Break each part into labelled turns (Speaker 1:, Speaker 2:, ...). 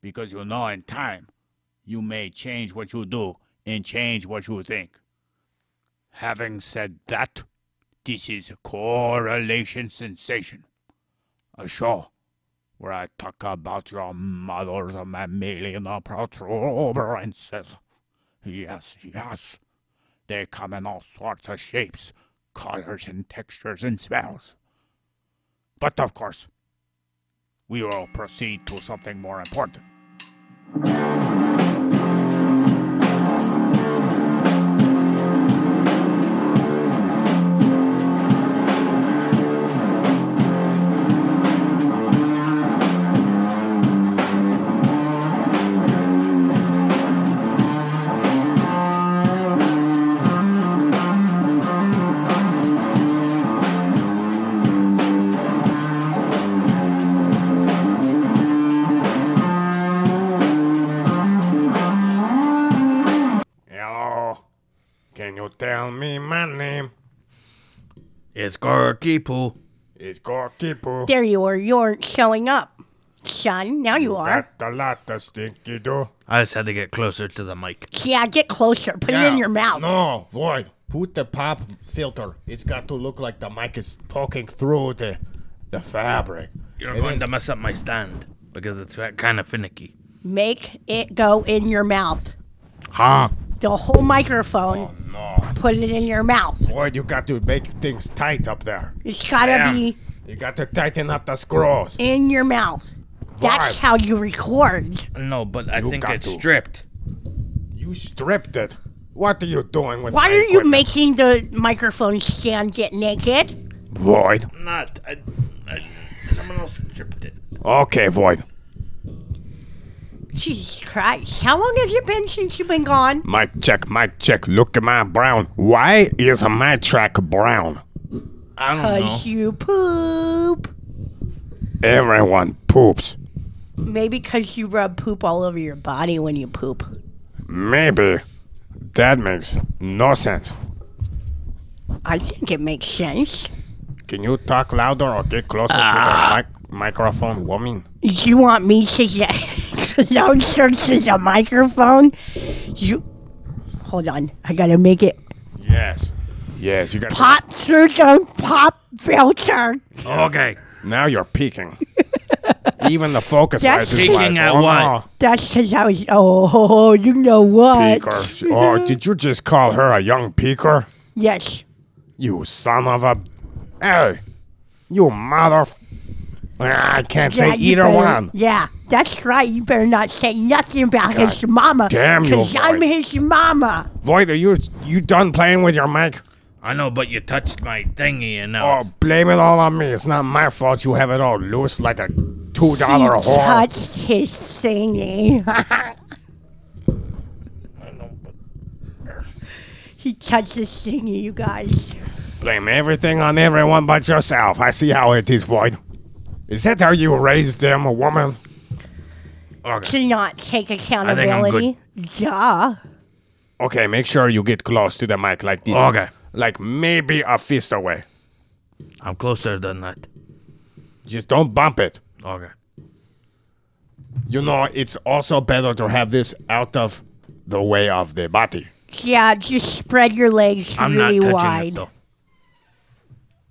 Speaker 1: Because you know in time, you may change what you do and change what you think. Having said that, this is Correlation Sensation, a show where I talk about your mother's mammalian protuberances. Yes, yes. They come in all sorts of shapes, colors, and textures and smells. But of course, we will proceed to something more important.
Speaker 2: Hello. Can you tell me my name?
Speaker 3: It's Garkipu.
Speaker 2: It's Gokipu.
Speaker 4: There you are. You're showing up, son. Now you are.
Speaker 2: Got a lot of stinky do.
Speaker 3: I just had to get closer to the mic.
Speaker 4: Yeah, get closer. Put it in your mouth.
Speaker 2: No, void. Put the pop filter. It's got to look like the mic is poking through the the fabric.
Speaker 3: You're going to mess up my stand because it's kind of finicky.
Speaker 4: Make it go in your mouth.
Speaker 2: Huh?
Speaker 4: The whole microphone.
Speaker 2: No.
Speaker 4: Put it in your mouth.
Speaker 2: Void, you got to make things tight up there.
Speaker 4: It's gotta
Speaker 3: Damn.
Speaker 4: be
Speaker 2: You got to tighten up the screws.
Speaker 4: in your mouth. That's
Speaker 2: Vibe.
Speaker 4: how you record.
Speaker 3: No, but I think
Speaker 2: got
Speaker 3: it's
Speaker 2: to.
Speaker 3: stripped.
Speaker 2: You stripped it. What are you doing with
Speaker 4: Why
Speaker 2: my
Speaker 4: are you
Speaker 2: equipment?
Speaker 4: making the microphone stand get naked?
Speaker 2: Void.
Speaker 3: Not. I, I, someone else stripped it.
Speaker 2: Okay, Void.
Speaker 4: Jesus Christ! How long has it been since you've been gone?
Speaker 2: Mic check, mic check. Look at my brown. Why is my track brown?
Speaker 3: I don't know.
Speaker 4: Cause you poop.
Speaker 2: Everyone poops.
Speaker 4: Maybe cause you rub poop all over your body when you poop.
Speaker 2: Maybe. That makes no sense.
Speaker 4: I think it makes sense.
Speaker 2: Can you talk louder or get closer to the mic- microphone, woman?
Speaker 4: You want me to get sound search to the microphone? You hold on. I gotta make it
Speaker 2: Yes. Yes, you got
Speaker 4: pop through the pop filter.
Speaker 3: Okay.
Speaker 2: Now you're peeking. Even the focus light
Speaker 4: That's
Speaker 2: is
Speaker 3: Peeking
Speaker 2: like,
Speaker 3: at
Speaker 2: oh,
Speaker 3: what?
Speaker 4: That's because I was oh you
Speaker 2: no,
Speaker 4: know what?
Speaker 2: Peeker. Oh, did you just call her a young peeker?
Speaker 4: Yes.
Speaker 2: You son of a. Hey! You mother. Ah, I can't
Speaker 4: Yeah,
Speaker 2: say
Speaker 4: you
Speaker 2: either
Speaker 4: better-
Speaker 2: one.
Speaker 4: Yeah, that's right. You better not say nothing about
Speaker 2: God
Speaker 4: his mama.
Speaker 2: damn you,
Speaker 4: Cause I'm
Speaker 2: boy.
Speaker 4: his mama.
Speaker 2: Void, are you you done playing with your mic?
Speaker 3: I know, but you touched my thingy and now.
Speaker 2: Oh,
Speaker 3: it's-
Speaker 2: blame it all on me. It's not my fault you have it all loose like a two dollar
Speaker 4: He
Speaker 2: whore.
Speaker 4: touched his thingy. he touched his thingy, you guys.
Speaker 2: Blame everything on everyone but yourself. I see how it is, Void. Is that how you raised them, a woman?
Speaker 3: Okay.
Speaker 4: To not take
Speaker 3: I think I'm
Speaker 4: accountability.
Speaker 3: good.
Speaker 4: Duh.
Speaker 2: Okay, make sure you get close to the mic like this.
Speaker 3: Okay.
Speaker 2: Like maybe a fist away.
Speaker 3: I'm closer than that.
Speaker 2: Just don't bump it.
Speaker 3: Okay.
Speaker 2: You know, it's also better to have this out of the way of the body.
Speaker 4: Yeah, just spread your legs
Speaker 3: I'm
Speaker 4: really
Speaker 3: not touching it
Speaker 4: wide.
Speaker 3: though.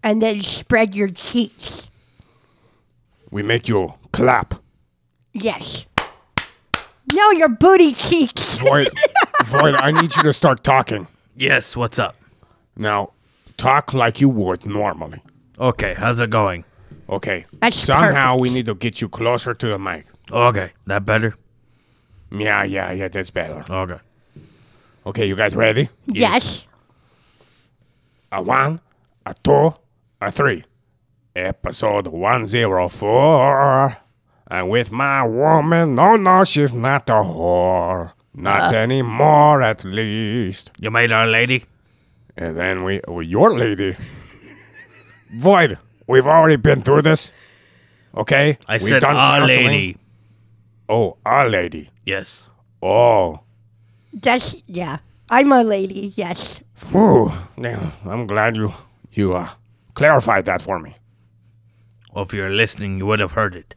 Speaker 4: And then spread your cheeks.
Speaker 2: We make you clap.
Speaker 4: Yes. No, your booty cheeks.
Speaker 2: Void, Void, I need you to start talking.
Speaker 3: Yes, what's up?
Speaker 2: Now, talk like you would normally.
Speaker 3: Okay, how's it going?
Speaker 2: Okay.
Speaker 4: That's
Speaker 2: Somehow we
Speaker 4: perfect.
Speaker 2: need to get you closer to the mic.
Speaker 3: Okay, that better?
Speaker 2: Yeah, yeah, yeah, that's better.
Speaker 3: Okay.
Speaker 2: Okay, you guys ready?
Speaker 4: Yes.
Speaker 2: A one, a two, a three. Episode 104. And with my woman, no, no, she's not a whore.
Speaker 4: Uh.
Speaker 2: Not anymore, at least.
Speaker 3: You made our lady?
Speaker 2: And then we, oh, your lady. Void, we've already been through this. Okay?
Speaker 3: I
Speaker 2: We've
Speaker 3: said
Speaker 2: done
Speaker 3: our
Speaker 2: counseling.
Speaker 3: lady.
Speaker 2: Oh, our lady.
Speaker 3: Yes.
Speaker 2: Oh.
Speaker 4: That's yeah. I'm a lady. Yes.
Speaker 2: Phew. Now, I'm glad you, you uh, clarified that for me.
Speaker 3: Well, if you were listening, you would have heard it.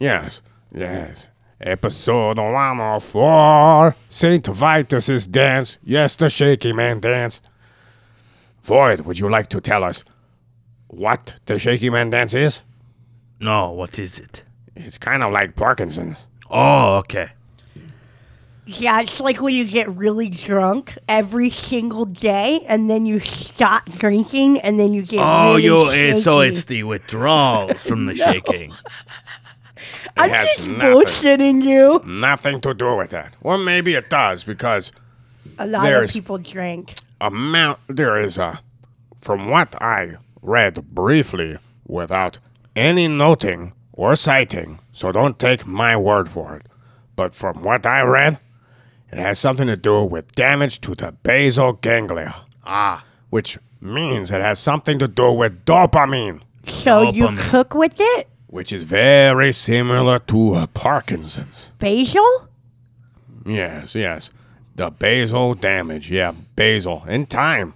Speaker 2: Yes, yes. Episode 104 St. Vitus's Dance. Yes, the Shaky Man Dance. Void, would you like to tell us what the Shaky Man Dance is?
Speaker 3: No, what is it?
Speaker 2: It's kind of like Parkinson's.
Speaker 3: Oh, okay.
Speaker 4: Yeah, it's like when you get really drunk every single day, and then you stop drinking, and then you get.
Speaker 3: Oh,
Speaker 4: really
Speaker 3: you. eh, So
Speaker 4: shaky.
Speaker 3: it's the withdrawals from the shaking.
Speaker 4: I'm
Speaker 2: has
Speaker 4: just
Speaker 2: nothing.
Speaker 4: bullshitting you.
Speaker 2: Nothing to do with that. Well, maybe it does because
Speaker 4: A lot
Speaker 2: There's-
Speaker 4: of people drink.
Speaker 2: amount there is a from what I read briefly without any noting or citing, so don't take my word for it. But from what I read, it has something to do with damage to the basal ganglia. Ah, which means it has something to do with dopamine,
Speaker 4: So you
Speaker 3: Dopamine.
Speaker 4: cook with it,
Speaker 2: which is very similar to uh, Parkinson's.
Speaker 4: basil.
Speaker 2: Yes, yes. The basal damage. Yeah, basal. In time.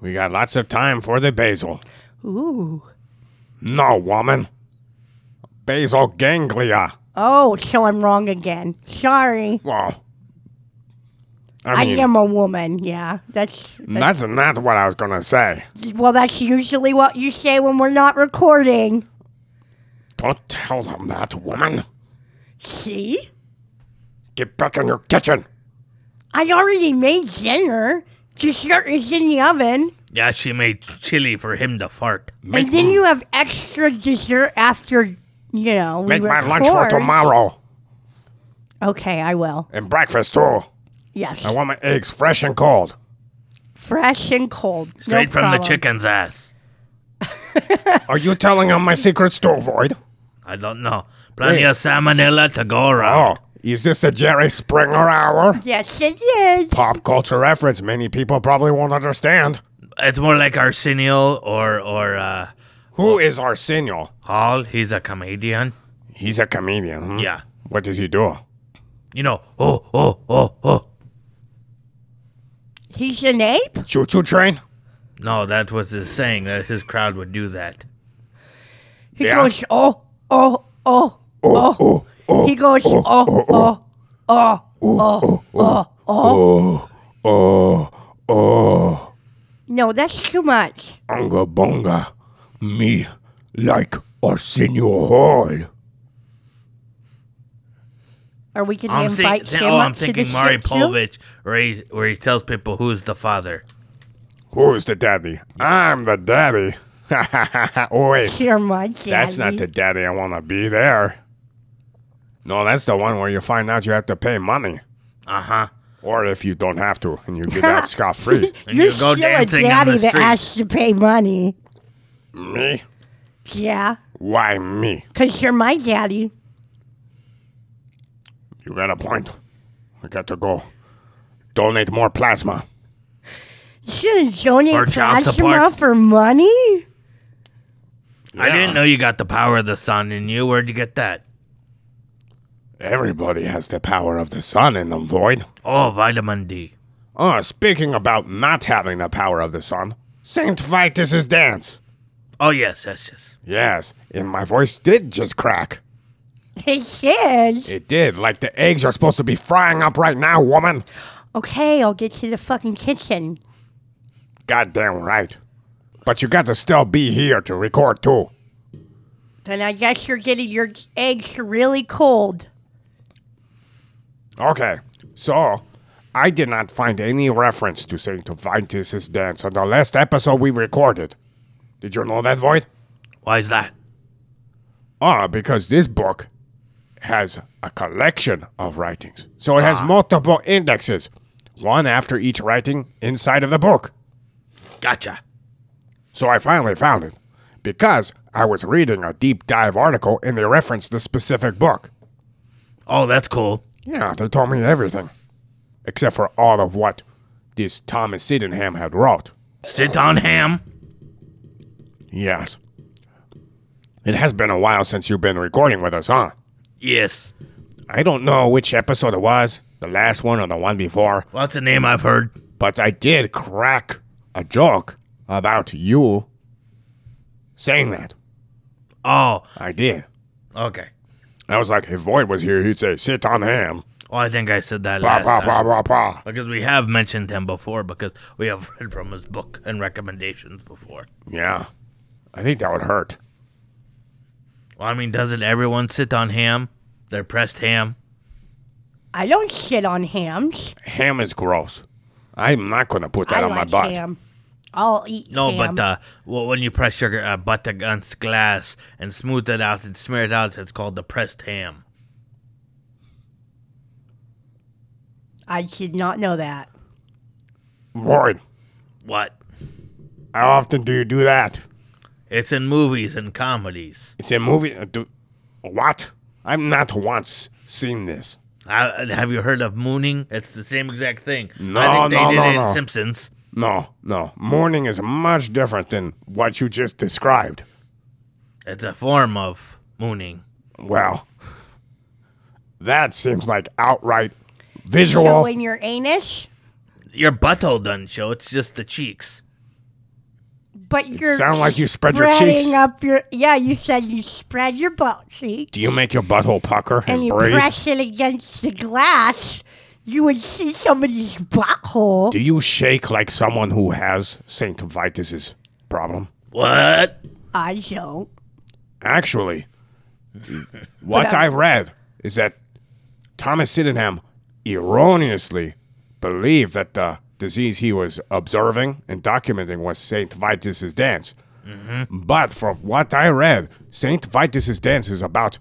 Speaker 2: We got lots of time for the basal.
Speaker 4: Ooh.
Speaker 2: No, woman. Basal ganglia.
Speaker 4: Oh, so I'm wrong again. Sorry.
Speaker 2: Well,
Speaker 4: I,
Speaker 2: I mean,
Speaker 4: am a woman. Yeah, that's, that's
Speaker 2: that's not what I was going to say.
Speaker 4: well. That's usually what you say when we're not recording.
Speaker 2: Don't tell them that, woman.
Speaker 4: See,
Speaker 2: Get back in your kitchen.
Speaker 4: I already made dinner. Dessert is in the oven,
Speaker 3: yeah, she made chili for him to fart.
Speaker 2: Make,
Speaker 4: and then you have extra dessert after you know. we
Speaker 2: make my lunch for
Speaker 4: record.
Speaker 2: tomorrow
Speaker 4: Okay, I will.
Speaker 2: and breakfast, too.
Speaker 4: Yes,
Speaker 2: I want my eggs fresh and cold.
Speaker 4: fresh and cold. No
Speaker 3: Straight from the
Speaker 4: problem.
Speaker 3: chicken's ass.
Speaker 2: Are you telling them my secrets, too, Void?
Speaker 3: I don't know. Plenty of salmonella to go around.
Speaker 2: Oh, is this the Jerry Springer hour?
Speaker 4: Yes, it is.
Speaker 2: pop culture reference many people probably won't understand.
Speaker 3: It's more like Arsenio or or uh,
Speaker 2: Who is Arsenio?
Speaker 3: Hall. He's a comedian.
Speaker 2: He's a comedian. hmm?
Speaker 3: Yeah.
Speaker 2: What does he do?
Speaker 3: You know. Oh, oh, oh, oh.
Speaker 4: He's an ape.
Speaker 2: Choo choo train?
Speaker 3: No, that was his saying that his crowd would do that.
Speaker 4: He
Speaker 2: Yeah.
Speaker 4: goes, oh, oh, oh, oh.
Speaker 2: Oh,
Speaker 4: He goes, oh, oh, oh, oh, oh, oh, oh.
Speaker 2: oh, oh,
Speaker 4: No, that's too much.
Speaker 2: unga bunga. Me like Arsenio Hall.
Speaker 4: Are we going to
Speaker 3: I'm
Speaker 4: invite
Speaker 3: thi- thi-
Speaker 4: him
Speaker 3: oh,
Speaker 4: up
Speaker 3: I'm
Speaker 4: to
Speaker 3: thinking
Speaker 4: the
Speaker 3: Mari
Speaker 4: ship too?
Speaker 3: Povich, where he, where he tells people who's the father.
Speaker 2: Who's the daddy? I'm the daddy. oh, wait.
Speaker 4: You're my daddy.
Speaker 2: That's not the daddy I want to be there. No, that's the one where you find out you have to pay money.
Speaker 3: Uh huh.
Speaker 2: Or if you don't have to and you get out scot free.
Speaker 3: And you go
Speaker 4: still
Speaker 3: dancing
Speaker 4: a
Speaker 3: on
Speaker 4: daddy
Speaker 3: the
Speaker 4: that
Speaker 3: street.
Speaker 4: has to pay money.
Speaker 2: me?
Speaker 4: Yeah,
Speaker 2: Why me?
Speaker 4: because you're my daddy.
Speaker 2: You got a point. I got to go. Donate more plasma.
Speaker 4: You shouldn't donate
Speaker 3: Or child
Speaker 4: plasma
Speaker 3: support.
Speaker 4: for money.
Speaker 3: I didn't know you got the power of the sun in you. Where'd you get that?
Speaker 2: Everybody has the power of the sun in them, Void.
Speaker 3: Oh, vitamin D.
Speaker 2: Oh, speaking about not having the power of the sun, Saint Vitus's dance.
Speaker 3: Oh yes, yes, yes.
Speaker 2: Yes, and my voice did just crack.
Speaker 4: It is.
Speaker 2: It did, like the eggs are supposed to be frying up right now, woman.
Speaker 4: Okay, I'll get to the fucking kitchen.
Speaker 2: Goddamn right. But you got to still be here to record too.
Speaker 4: Then I guess you're getting your eggs really cold.
Speaker 2: Okay, so I did not find any reference to Saint Vitus's dance on the last episode we recorded. Did you know that, Void?
Speaker 3: Why is that?
Speaker 2: Ah, because this book has a collection of writings. So it has multiple indexes, one after each writing inside of the book.
Speaker 3: Gotcha.
Speaker 2: So I finally found it because I was reading a deep dive article and they referenced this specific book.
Speaker 3: Oh, that's cool.
Speaker 2: Yeah, they told me everything. Except for all of what this Thomas Sydenham had wrote.
Speaker 3: Sit on ham.
Speaker 2: Yes. It has been a while since you've been recording with us, huh?
Speaker 3: Yes.
Speaker 2: I don't know which episode it was, the last one or the one before,
Speaker 3: Well, that's a name I've heard.
Speaker 2: but I did crack a joke about you saying that.
Speaker 3: Oh,
Speaker 2: I did.
Speaker 3: okay.
Speaker 2: I was like, if Void was here, he'd say, sit on ham.
Speaker 3: Well, I think I said that
Speaker 2: Pa,
Speaker 3: last
Speaker 2: pa,
Speaker 3: time.
Speaker 2: pa, pa, pa.
Speaker 3: Because we have mentioned him before because we have read from his book and recommendations before.
Speaker 2: Yeah. I think that would hurt.
Speaker 3: Well, I mean, doesn't everyone sit on ham? They're pressed ham.
Speaker 4: I don't shit on hams.
Speaker 2: Ham is gross. I'm not going to put that
Speaker 4: I
Speaker 2: on my
Speaker 4: like
Speaker 2: butt.
Speaker 4: ham. I'll eat
Speaker 3: No,
Speaker 4: ham.
Speaker 3: but uh, well, when you press your uh, butt against glass and smooth it out and smear it out, it's called the pressed ham.
Speaker 4: I did not know that.
Speaker 2: Void,
Speaker 3: What?
Speaker 2: how often do you do that?
Speaker 3: It's in movies and comedies.
Speaker 2: It's a movie. uh, Do, what? I'm not once seen this.
Speaker 3: I, have you heard of mooning? It's the same exact thing. I
Speaker 2: No,
Speaker 3: think they
Speaker 2: no,
Speaker 3: did
Speaker 2: no,
Speaker 3: it
Speaker 2: no.
Speaker 3: in Simpsons.
Speaker 2: No, no. Mourning is much different than what you just described.
Speaker 3: It's a form of mooning.
Speaker 2: Well, that seems like outright visual.
Speaker 4: Showing your anus,
Speaker 3: Your butthole doesn't show. It's just the cheeks.
Speaker 4: but you're
Speaker 2: sound like you spread your
Speaker 4: spreading
Speaker 2: cheeks.
Speaker 4: up your yeah. You said you spread your butt cheeks
Speaker 2: Do you make your butthole pucker and,
Speaker 4: and you
Speaker 2: breathe?
Speaker 4: press it against the glass. You would see somebody's butthole.
Speaker 2: Do you shake like someone who has St. Vitus's problem?
Speaker 3: What?
Speaker 4: I don't.
Speaker 2: Actually, what I read is that Thomas Sydenham erroneously believed that the disease he was observing and documenting was St. Vitus's dance. But from what I read, St. Vitus's dance is about.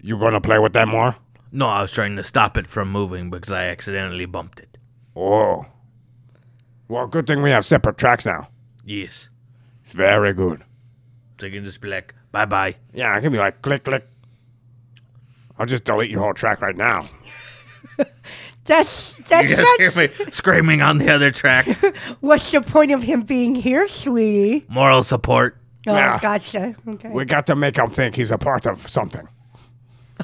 Speaker 2: You gonna play with that more?
Speaker 3: No, I was trying to stop it from moving because I accidentally bumped it.
Speaker 2: Oh. Well, good thing we have separate tracks now.
Speaker 3: Yes.
Speaker 2: It's very good.
Speaker 3: So you can just be like, bye bye.
Speaker 2: Yeah, I can be like click click. I'll just delete your whole track right now.
Speaker 4: That's
Speaker 3: You
Speaker 4: that's
Speaker 3: just
Speaker 4: not,
Speaker 3: hear me screaming on the other track.
Speaker 4: what's the point of him being here, sweetie?
Speaker 3: Moral support.
Speaker 4: Oh,
Speaker 2: Yeah.
Speaker 4: gotcha. Okay.
Speaker 2: We got to make him think he's a part of something.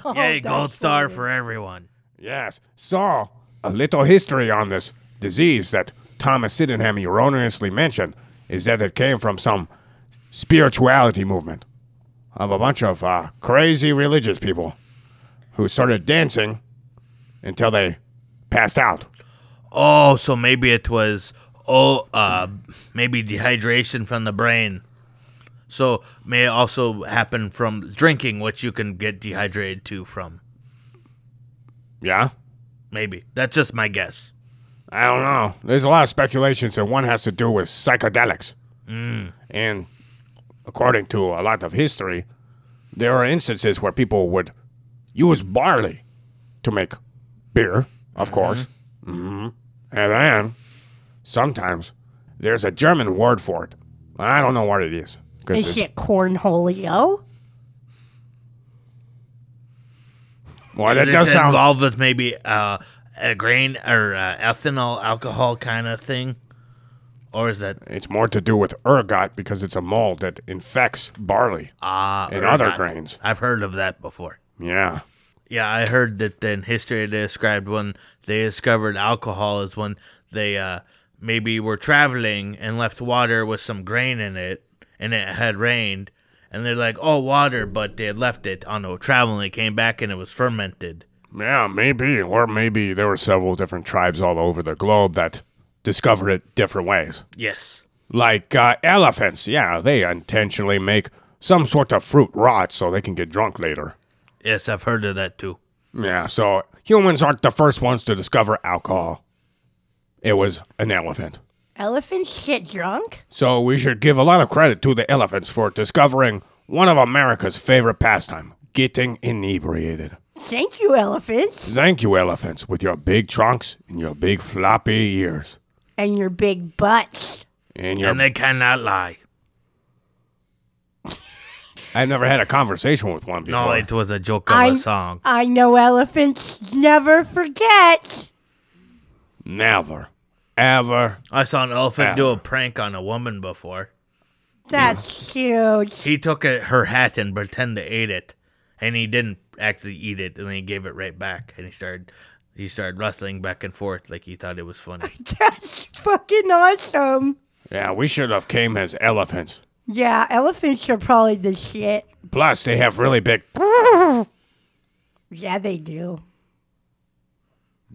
Speaker 4: Oh,
Speaker 3: Yay,
Speaker 4: that's
Speaker 3: gold star
Speaker 4: sweet.
Speaker 3: for everyone.
Speaker 2: Yes. So, a little history on this disease that Thomas Sydenham erroneously mentioned is that it came from some spirituality movement of a bunch of uh, crazy religious people who started dancing until they passed out.
Speaker 3: Oh, so maybe it was oh uh maybe dehydration from the brain. So may also happen from drinking, which you can get dehydrated too from.
Speaker 2: Yeah?
Speaker 3: Maybe. That's just my guess.
Speaker 2: I don't know. There's a lot of speculations, and one has to do with psychedelics. And according to a lot of history, there are instances where people would use barley to make beer, of course. hmm And then sometimes there's a German word for it. I don't know what it is. 'cause
Speaker 4: Is
Speaker 2: it's-
Speaker 4: it cornholio?
Speaker 2: well,
Speaker 3: Does
Speaker 2: Uh, that does
Speaker 3: it
Speaker 2: sound.
Speaker 3: involved with maybe uh, a grain or uh, ethanol alcohol kind of thing? Or is that
Speaker 2: It's more to do with ergot because it's a mold that infects barley
Speaker 3: uh,
Speaker 2: and
Speaker 3: or
Speaker 2: other
Speaker 3: not?
Speaker 2: grains.
Speaker 3: I've heard of that before.
Speaker 2: Yeah.
Speaker 3: Yeah, I heard that in history they described when they discovered alcohol is when they uh, maybe were traveling and left water with some grain in it and it had rained. And they're like, oh, water, but they had left it on a travel and they came back and it was fermented.
Speaker 2: Yeah, maybe. Or maybe there were several different tribes all over the globe that discovered it different ways.
Speaker 3: Yes.
Speaker 2: Like uh, elephants. Yeah, they intentionally make some sort of fruit rot so they can get drunk later.
Speaker 3: Yes, I've heard of that too.
Speaker 2: Yeah, so humans aren't the first ones to discover alcohol. It was an elephant.
Speaker 4: Elephants get drunk?
Speaker 2: So we should give a lot of credit to the elephants for discovering one of America's favorite pastime, getting inebriated.
Speaker 4: Thank you, elephants.
Speaker 2: Thank you, elephants, with your big trunks and your big floppy ears.
Speaker 4: And your big butts.
Speaker 2: And you're,
Speaker 3: and they cannot lie.
Speaker 2: I've never had a conversation with one before.
Speaker 3: No, it was a joke of
Speaker 4: I
Speaker 3: a song.
Speaker 4: I know elephants never forget.
Speaker 2: never, ever.
Speaker 3: I saw an elephant do
Speaker 2: Yeah.
Speaker 3: a prank on a woman before.
Speaker 4: That's cute.
Speaker 3: He took a, her hat and pretended to eat it, and he didn't actually eat it, and then he gave it right back, and he started he started rustling back and forth like he thought it was funny.
Speaker 4: That's fucking awesome.
Speaker 2: Yeah, we should have came as elephants.
Speaker 4: Yeah, elephants are probably the shit.
Speaker 2: Plus, they have really big.
Speaker 4: Yeah, they do.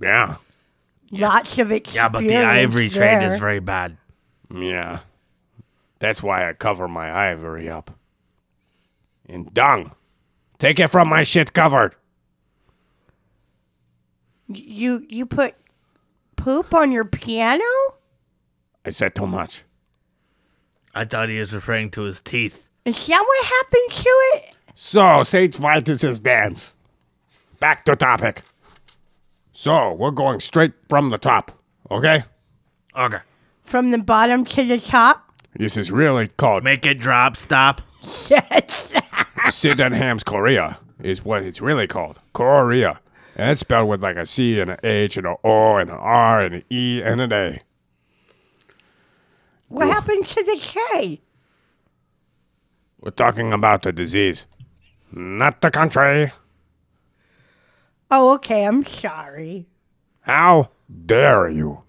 Speaker 2: Yeah,
Speaker 4: Lots of experience.
Speaker 3: yeah, but the ivory
Speaker 4: there.
Speaker 3: trade is very bad.
Speaker 2: yeah. That's why I cover my ivory up. And dung. Take it from my shit covered.
Speaker 4: You you put poop on your piano?
Speaker 2: I said too much.
Speaker 3: I thought he was referring to his teeth.
Speaker 4: Is that what happened to it?
Speaker 2: So, St. Vitus's dance. Back to topic. So, we're going straight from the top, okay?
Speaker 3: Okay,
Speaker 4: From the bottom to the top?
Speaker 2: This is really called
Speaker 3: make it drop. Stop.
Speaker 4: Yes.
Speaker 2: Sid and Ham's Korea, is what it's really called. Korea. And it's spelled with like a C and an H and an O and an R and an E and an A.
Speaker 4: what happened to the K?
Speaker 2: We're talking about the disease, not the country.
Speaker 4: Oh, okay. I'm sorry.
Speaker 2: How dare you?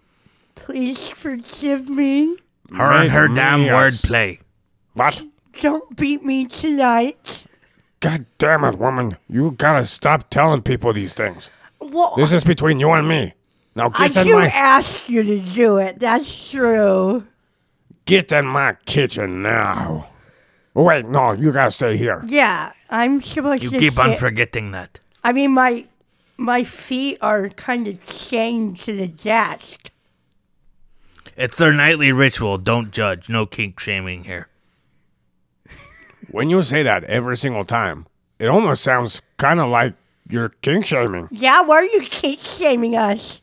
Speaker 4: Please forgive me.
Speaker 3: Her and her
Speaker 2: Make
Speaker 3: damn
Speaker 2: me a
Speaker 3: word
Speaker 2: s-
Speaker 3: play.
Speaker 2: What?
Speaker 4: Don't beat me tonight.
Speaker 2: God damn it, woman. You gotta stop telling people these things.
Speaker 4: Well,
Speaker 2: This is between you and me. Now
Speaker 4: I
Speaker 2: get in
Speaker 4: do
Speaker 2: my
Speaker 4: ask you to do it. That's true.
Speaker 2: get in my kitchen now. Wait, no, you gotta stay here.
Speaker 4: Yeah, I'm supposed
Speaker 3: You
Speaker 4: to.
Speaker 3: keep on
Speaker 4: sit-
Speaker 3: forgetting that.
Speaker 4: I mean, my my feet are kind of chained to the desk.
Speaker 3: It's their nightly ritual. Don't judge. No kink shaming here.
Speaker 2: When you say that every single time, it almost sounds kinda like you're kink shaming.
Speaker 4: Yeah, why are you keep shaming us?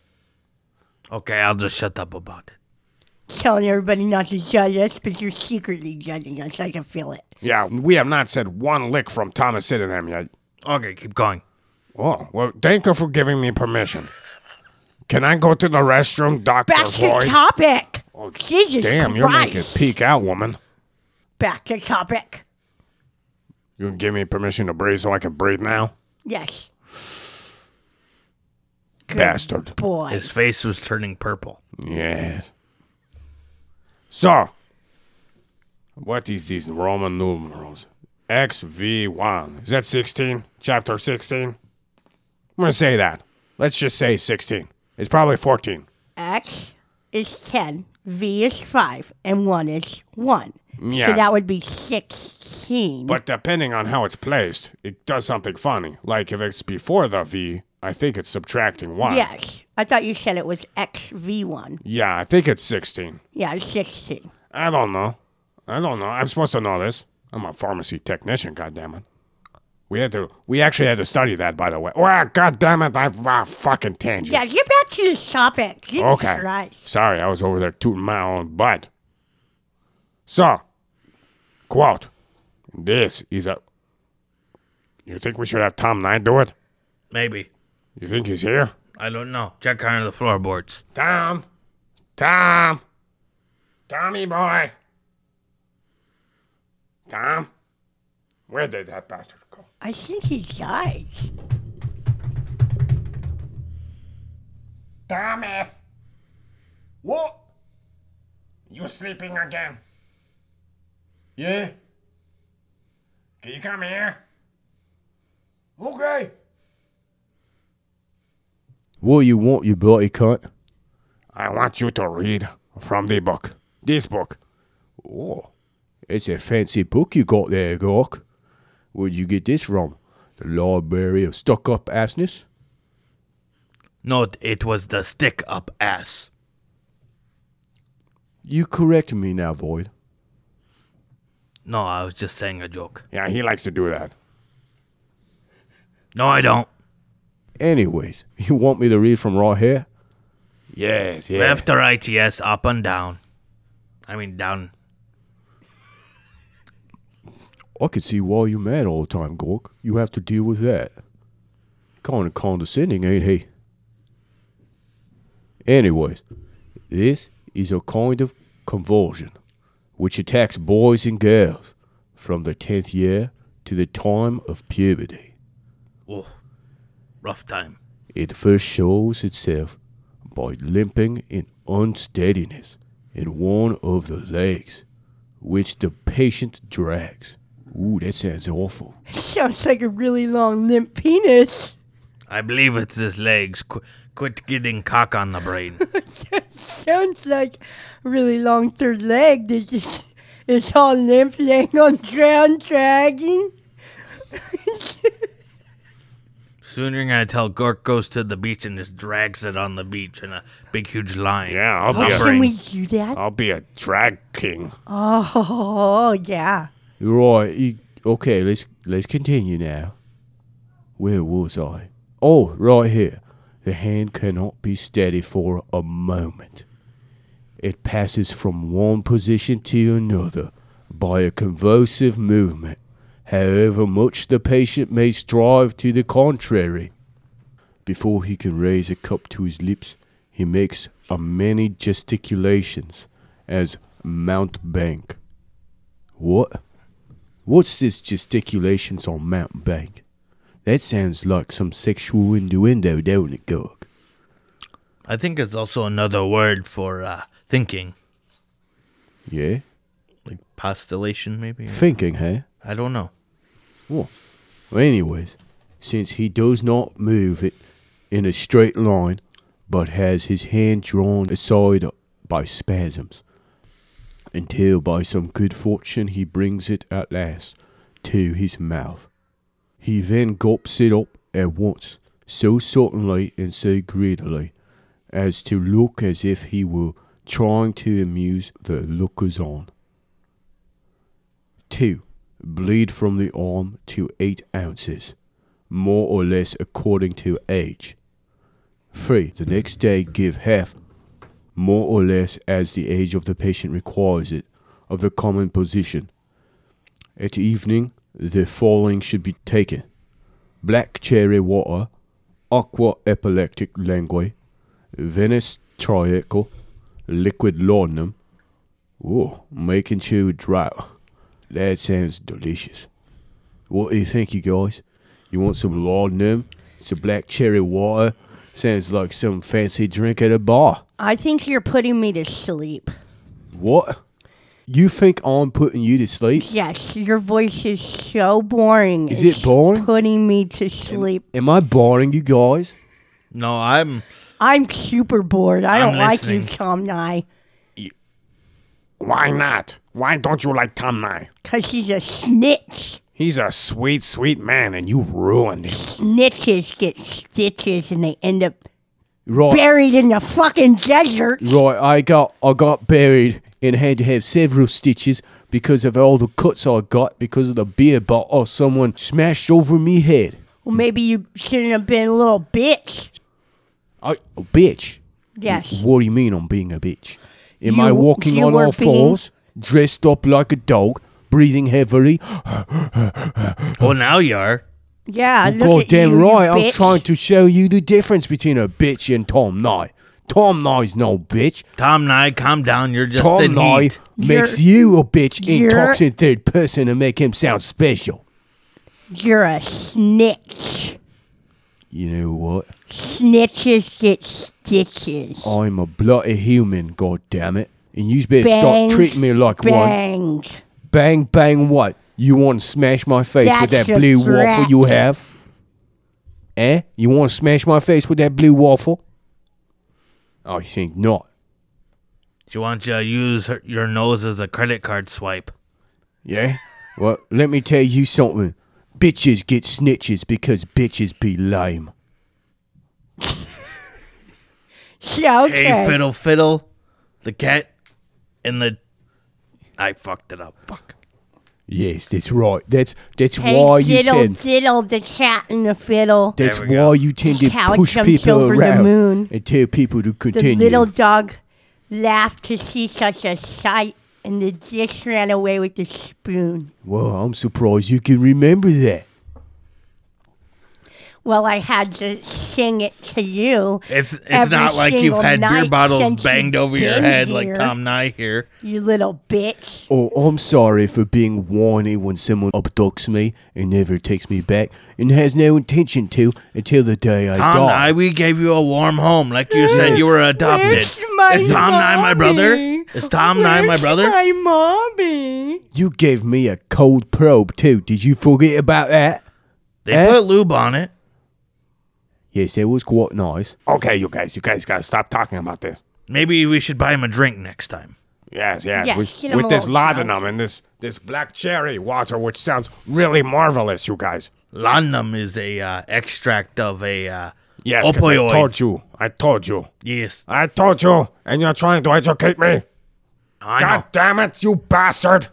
Speaker 3: Okay, I'll just shut up about it.
Speaker 4: Telling everybody not to judge us, but you're secretly judging us. I can feel it.
Speaker 2: Yeah, we have not said one lick from Thomas Sydenham yet.
Speaker 3: Okay, keep going.
Speaker 2: Oh, well, thank you for giving me permission. Can I go to the restroom, Dr.
Speaker 4: Back to
Speaker 2: Void?
Speaker 4: topic. Jesus
Speaker 2: Oh, Damn,
Speaker 4: Christ.
Speaker 2: you're making peek out, woman.
Speaker 4: Back to topic.
Speaker 2: You can give me permission to breathe so I can breathe now?
Speaker 4: Yes. Good
Speaker 2: Bastard.
Speaker 4: boy.
Speaker 3: His face was turning purple.
Speaker 2: Yes. So, what is these Roman numerals? XV1. Is that 16? Chapter 16? I'm going to say that. Let's just say 16. It's probably 14.
Speaker 4: X is 10, V is 5, and 1 is 1. So
Speaker 2: Yes.
Speaker 4: that would be 16.
Speaker 2: But depending on how it's placed, it does something funny. Like if it's before the V, I think it's subtracting 1.
Speaker 4: yes. I thought you said it was XV1.
Speaker 2: Yeah, I think it's 16.
Speaker 4: Yeah, it's 16.
Speaker 2: I don't know. I don't know. I'm supposed to know this. I'm a pharmacy technician, goddammit. We had to. We actually had to study that, by the way. Well, goddammit, I've ah, fucking tangent.
Speaker 4: Yeah, get back to this topic. Jesus
Speaker 2: okay.
Speaker 4: Christ.
Speaker 2: Sorry, I was over there tooting my own butt. So, quote. This is a. You think we should have Tom Knight do it?
Speaker 3: Maybe.
Speaker 2: You think he's here?
Speaker 3: I don't know. Check under the floorboards.
Speaker 2: Tom, Tom, Tommy boy, Tom. Where did that bastard go?
Speaker 4: I think he died.
Speaker 2: Thomas! What? You sleeping again? Yeah? Can you come here? Okay.
Speaker 5: What you want, you bloody cunt?
Speaker 2: I want you to read from the book. This book.
Speaker 5: Oh, it's a fancy book you got there, Gork. Where'd you get this from? The Library of Stuck Up Assness?
Speaker 3: No, it- it was the stick up ass.
Speaker 5: You correct me now, Void.
Speaker 3: No, I was just saying a joke.
Speaker 2: Yeah, he likes to do that.
Speaker 3: No, I don't.
Speaker 5: Anyways, you want me to read from right here?
Speaker 2: Yes, yes.
Speaker 3: Left to right, yes, up and down. I mean, down.
Speaker 5: I can see why you're mad all the time, Gork. You have to deal with that. Kind of condescending, ain't he? Anyways, this is a kind of convulsion which attacks boys and girls from the 10th year to the time of puberty.
Speaker 3: Oh, rough time.
Speaker 5: It first shows itself by limping in unsteadiness in one of the legs, which the patient drags. Ooh, that sounds awful.
Speaker 4: Sounds like a really long limp penis.
Speaker 3: I believe it's his legs. Qu- quit getting cock on the brain.
Speaker 4: Sounds like a really long third leg. This is it's all limp laying on ground dragging.
Speaker 3: Sooner than I tell Gork goes to the beach and just drags it on the beach in a big, huge line.
Speaker 2: Yeah, I'll
Speaker 4: Oh,
Speaker 2: be
Speaker 4: can
Speaker 2: a,
Speaker 4: we do that?
Speaker 2: I'll be a drag king.
Speaker 4: Oh yeah.
Speaker 5: Right. You, okay. Let's let's continue now. Where was I? Oh, right here. The hand cannot be steady for a moment. It passes from one position to another by a convulsive movement, however much the patient may strive to the contrary. Before he can raise a cup to his lips, he makes a many gesticulations as mountebank. What? What's this gesticulations on mountebank? That sounds like some sexual innuendo, don't it, Gork?
Speaker 3: I think it's also another word for uh, thinking,
Speaker 5: Yeah?
Speaker 3: like postulation, maybe.
Speaker 5: Thinking, huh?
Speaker 3: I don't know.
Speaker 5: Well, anyways, since he does not move it in a straight line, but has his hand drawn aside by spasms, until by some good fortune he brings it at last to his mouth. He then gulps it up at once, so suddenly and so greedily, as to look as if he were trying to amuse the lookers on. 2. Bleed from the arm to 8 ounces, more or less according to age. 3. The next day give half, more or less as the age of the patient requires it, of the common position. At evening, the following should be taken black cherry water, aqua epileptic langue, Venice triacle, liquid laudanum. Ooh, making chew dry. That sounds delicious. What do you think, you guys? You want some laudanum? Some black cherry water? Sounds like some fancy drink at a bar.
Speaker 4: I think you're putting me to sleep.
Speaker 5: What? You think I'm putting you to sleep?
Speaker 4: Yes, your voice is so boring.
Speaker 5: Is it
Speaker 4: It's
Speaker 5: boring?
Speaker 4: Putting me to sleep.
Speaker 5: Am I boring you guys?
Speaker 3: No, I'm.
Speaker 4: I'm super bored. I
Speaker 3: I'm
Speaker 4: don't like you,
Speaker 3: listening.
Speaker 4: Tom Nye,
Speaker 2: Why not? Why don't you like Tom Nye?
Speaker 4: because he's a snitch.
Speaker 2: He's a sweet, sweet man, and you ruined him.
Speaker 4: Snitches get stitches and they end up
Speaker 5: Right,
Speaker 4: buried in the fucking desert.
Speaker 5: right. I got, I got buried and had to have several stitches because of all the cuts I got because of the beer bottle someone smashed over me head.
Speaker 4: Well, maybe you shouldn't have been a little bitch.
Speaker 5: I, a bitch.
Speaker 4: Yes.
Speaker 5: What do you mean I'm being a bitch? Am
Speaker 4: You-
Speaker 5: I walking
Speaker 4: you
Speaker 5: on
Speaker 4: were
Speaker 5: all
Speaker 4: being-
Speaker 5: fours, dressed up like a dog, breathing heavily?
Speaker 3: Well, oh, now you are.
Speaker 4: Yeah. look
Speaker 5: God
Speaker 4: at you,
Speaker 5: damn
Speaker 4: you
Speaker 5: right, I'm
Speaker 4: bitch.
Speaker 5: trying to show you the difference between a bitch and Tom Nye. Tom Nye's no bitch.
Speaker 3: Tom Nye, calm down. You're just
Speaker 5: Tom
Speaker 3: in
Speaker 5: Nye
Speaker 3: heat.
Speaker 5: makes you a bitch in
Speaker 4: you're-
Speaker 5: talks in third person to make him sound special.
Speaker 4: You're a snitch.
Speaker 5: You know what?
Speaker 4: Snitches get stitches.
Speaker 3: Oh,
Speaker 5: I'm a bloody human, god damn it. And you better
Speaker 4: Bang,
Speaker 5: start treating me like one.
Speaker 4: Bang.
Speaker 5: Bang, bang, what? You want to smash my face with
Speaker 4: That's
Speaker 5: that
Speaker 4: a
Speaker 5: blue waffle
Speaker 4: threat.
Speaker 5: you have? Eh? You want to smash my face with that blue waffle? I think not.
Speaker 3: She wants you to use her, your nose as a credit card swipe.
Speaker 5: Yeah? Well, let me tell you something. Bitches get snitches because bitches be lame.
Speaker 4: Yeah, okay.
Speaker 3: Hey, fiddle, fiddle. The cat and the. I fucked it up. Fuck.
Speaker 5: Yes, that's right. That's that's
Speaker 4: Hey,
Speaker 5: why you
Speaker 4: diddle,
Speaker 5: tend
Speaker 4: diddle, the cat and the fiddle.
Speaker 5: that's
Speaker 3: There
Speaker 5: why
Speaker 3: we go.
Speaker 5: you tend to
Speaker 4: Cow
Speaker 5: push
Speaker 4: jumps
Speaker 5: people
Speaker 4: over the
Speaker 5: around
Speaker 4: moon.
Speaker 5: and tell people to
Speaker 4: The
Speaker 5: continue.
Speaker 4: little dog laughed to see such a sight, and the dish ran away with the spoon.
Speaker 5: Well, I'm surprised you can remember that.
Speaker 4: Well, I had to sing it to you.
Speaker 3: It's it's
Speaker 4: every
Speaker 3: not like you've
Speaker 4: single
Speaker 3: had beer
Speaker 4: night
Speaker 3: bottles
Speaker 4: since
Speaker 3: banged
Speaker 4: you've
Speaker 3: over your
Speaker 4: been
Speaker 3: head
Speaker 4: here,
Speaker 3: like Tom Nye here.
Speaker 4: You little bitch.
Speaker 5: Oh, I'm sorry for being whiny when someone abducts me and never takes me back and has no intention to until the day I
Speaker 3: Tom
Speaker 5: die.
Speaker 3: Nye, we gave you a warm home, like you said you were adopted.
Speaker 4: Where's my
Speaker 3: Is Tom Nye my brother?
Speaker 4: mommy?
Speaker 3: Is Tom Nye my
Speaker 4: Where's
Speaker 3: brother?
Speaker 4: My mommy.
Speaker 5: You gave me a cold probe too. Did you forget about that?
Speaker 3: they
Speaker 5: Eh?
Speaker 3: put lube on it.
Speaker 5: Yes, that was quite nice.
Speaker 2: Okay, you guys, you guys gotta stop talking about this.
Speaker 3: Maybe we should buy him a drink next time.
Speaker 2: Yes, yes.
Speaker 4: Yes,
Speaker 2: with
Speaker 4: get him
Speaker 2: with this
Speaker 4: alone, Charles.
Speaker 2: laudanum and this this black cherry water, which sounds really marvelous, you guys.
Speaker 3: Lanum is a uh, extract of a uh,
Speaker 2: Yes, 'cause
Speaker 3: opioid.
Speaker 2: I told you. I told you.
Speaker 3: Yes,
Speaker 2: I told you, and you're trying to educate me.
Speaker 3: I
Speaker 2: God
Speaker 3: know.
Speaker 2: damn it, you bastard!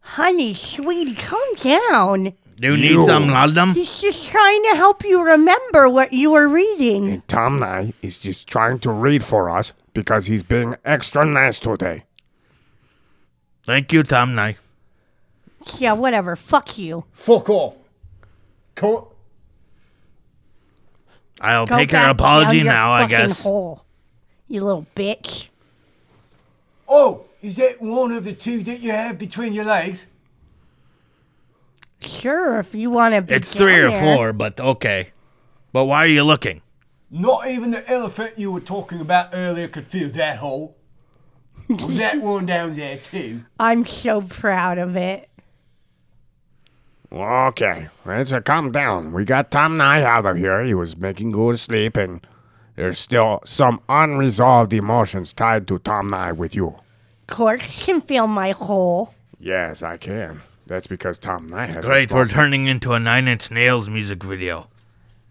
Speaker 4: Honey, sweetie, calm down.
Speaker 3: You need some Lanum?
Speaker 4: He's just trying to help you remember what you were reading.
Speaker 2: And Tom Nye is just trying to read for us because he's being extra nice today.
Speaker 3: Thank you, Tom Nye.
Speaker 4: Yeah, whatever. Fuck you.
Speaker 2: Fuck off. Co-
Speaker 3: I'll
Speaker 4: Go
Speaker 3: take her
Speaker 4: back
Speaker 3: apology
Speaker 4: down your
Speaker 3: now. I
Speaker 4: fucking
Speaker 3: guess.
Speaker 4: Hole, you little bitch.
Speaker 6: Oh, is that one of the two that you have between your legs?
Speaker 4: Sure, if you want to be.
Speaker 3: It's
Speaker 4: down
Speaker 3: three or
Speaker 4: there.
Speaker 3: four, but okay. But why are you looking?
Speaker 6: Not even the elephant you were talking about earlier could fill that hole. Or that one down there too.
Speaker 4: I'm so proud of it.
Speaker 2: okay, let's uh, calm down. We got Tom Nye out of here. He was making go to sleep, and there's still some unresolved emotions tied to Tom Nye with you.
Speaker 4: Corks can fill my hole.
Speaker 2: Yes, I can. That's because Tom Nye has. a
Speaker 3: Great,
Speaker 2: small-
Speaker 3: we're turning into a Nine Inch Nails music video.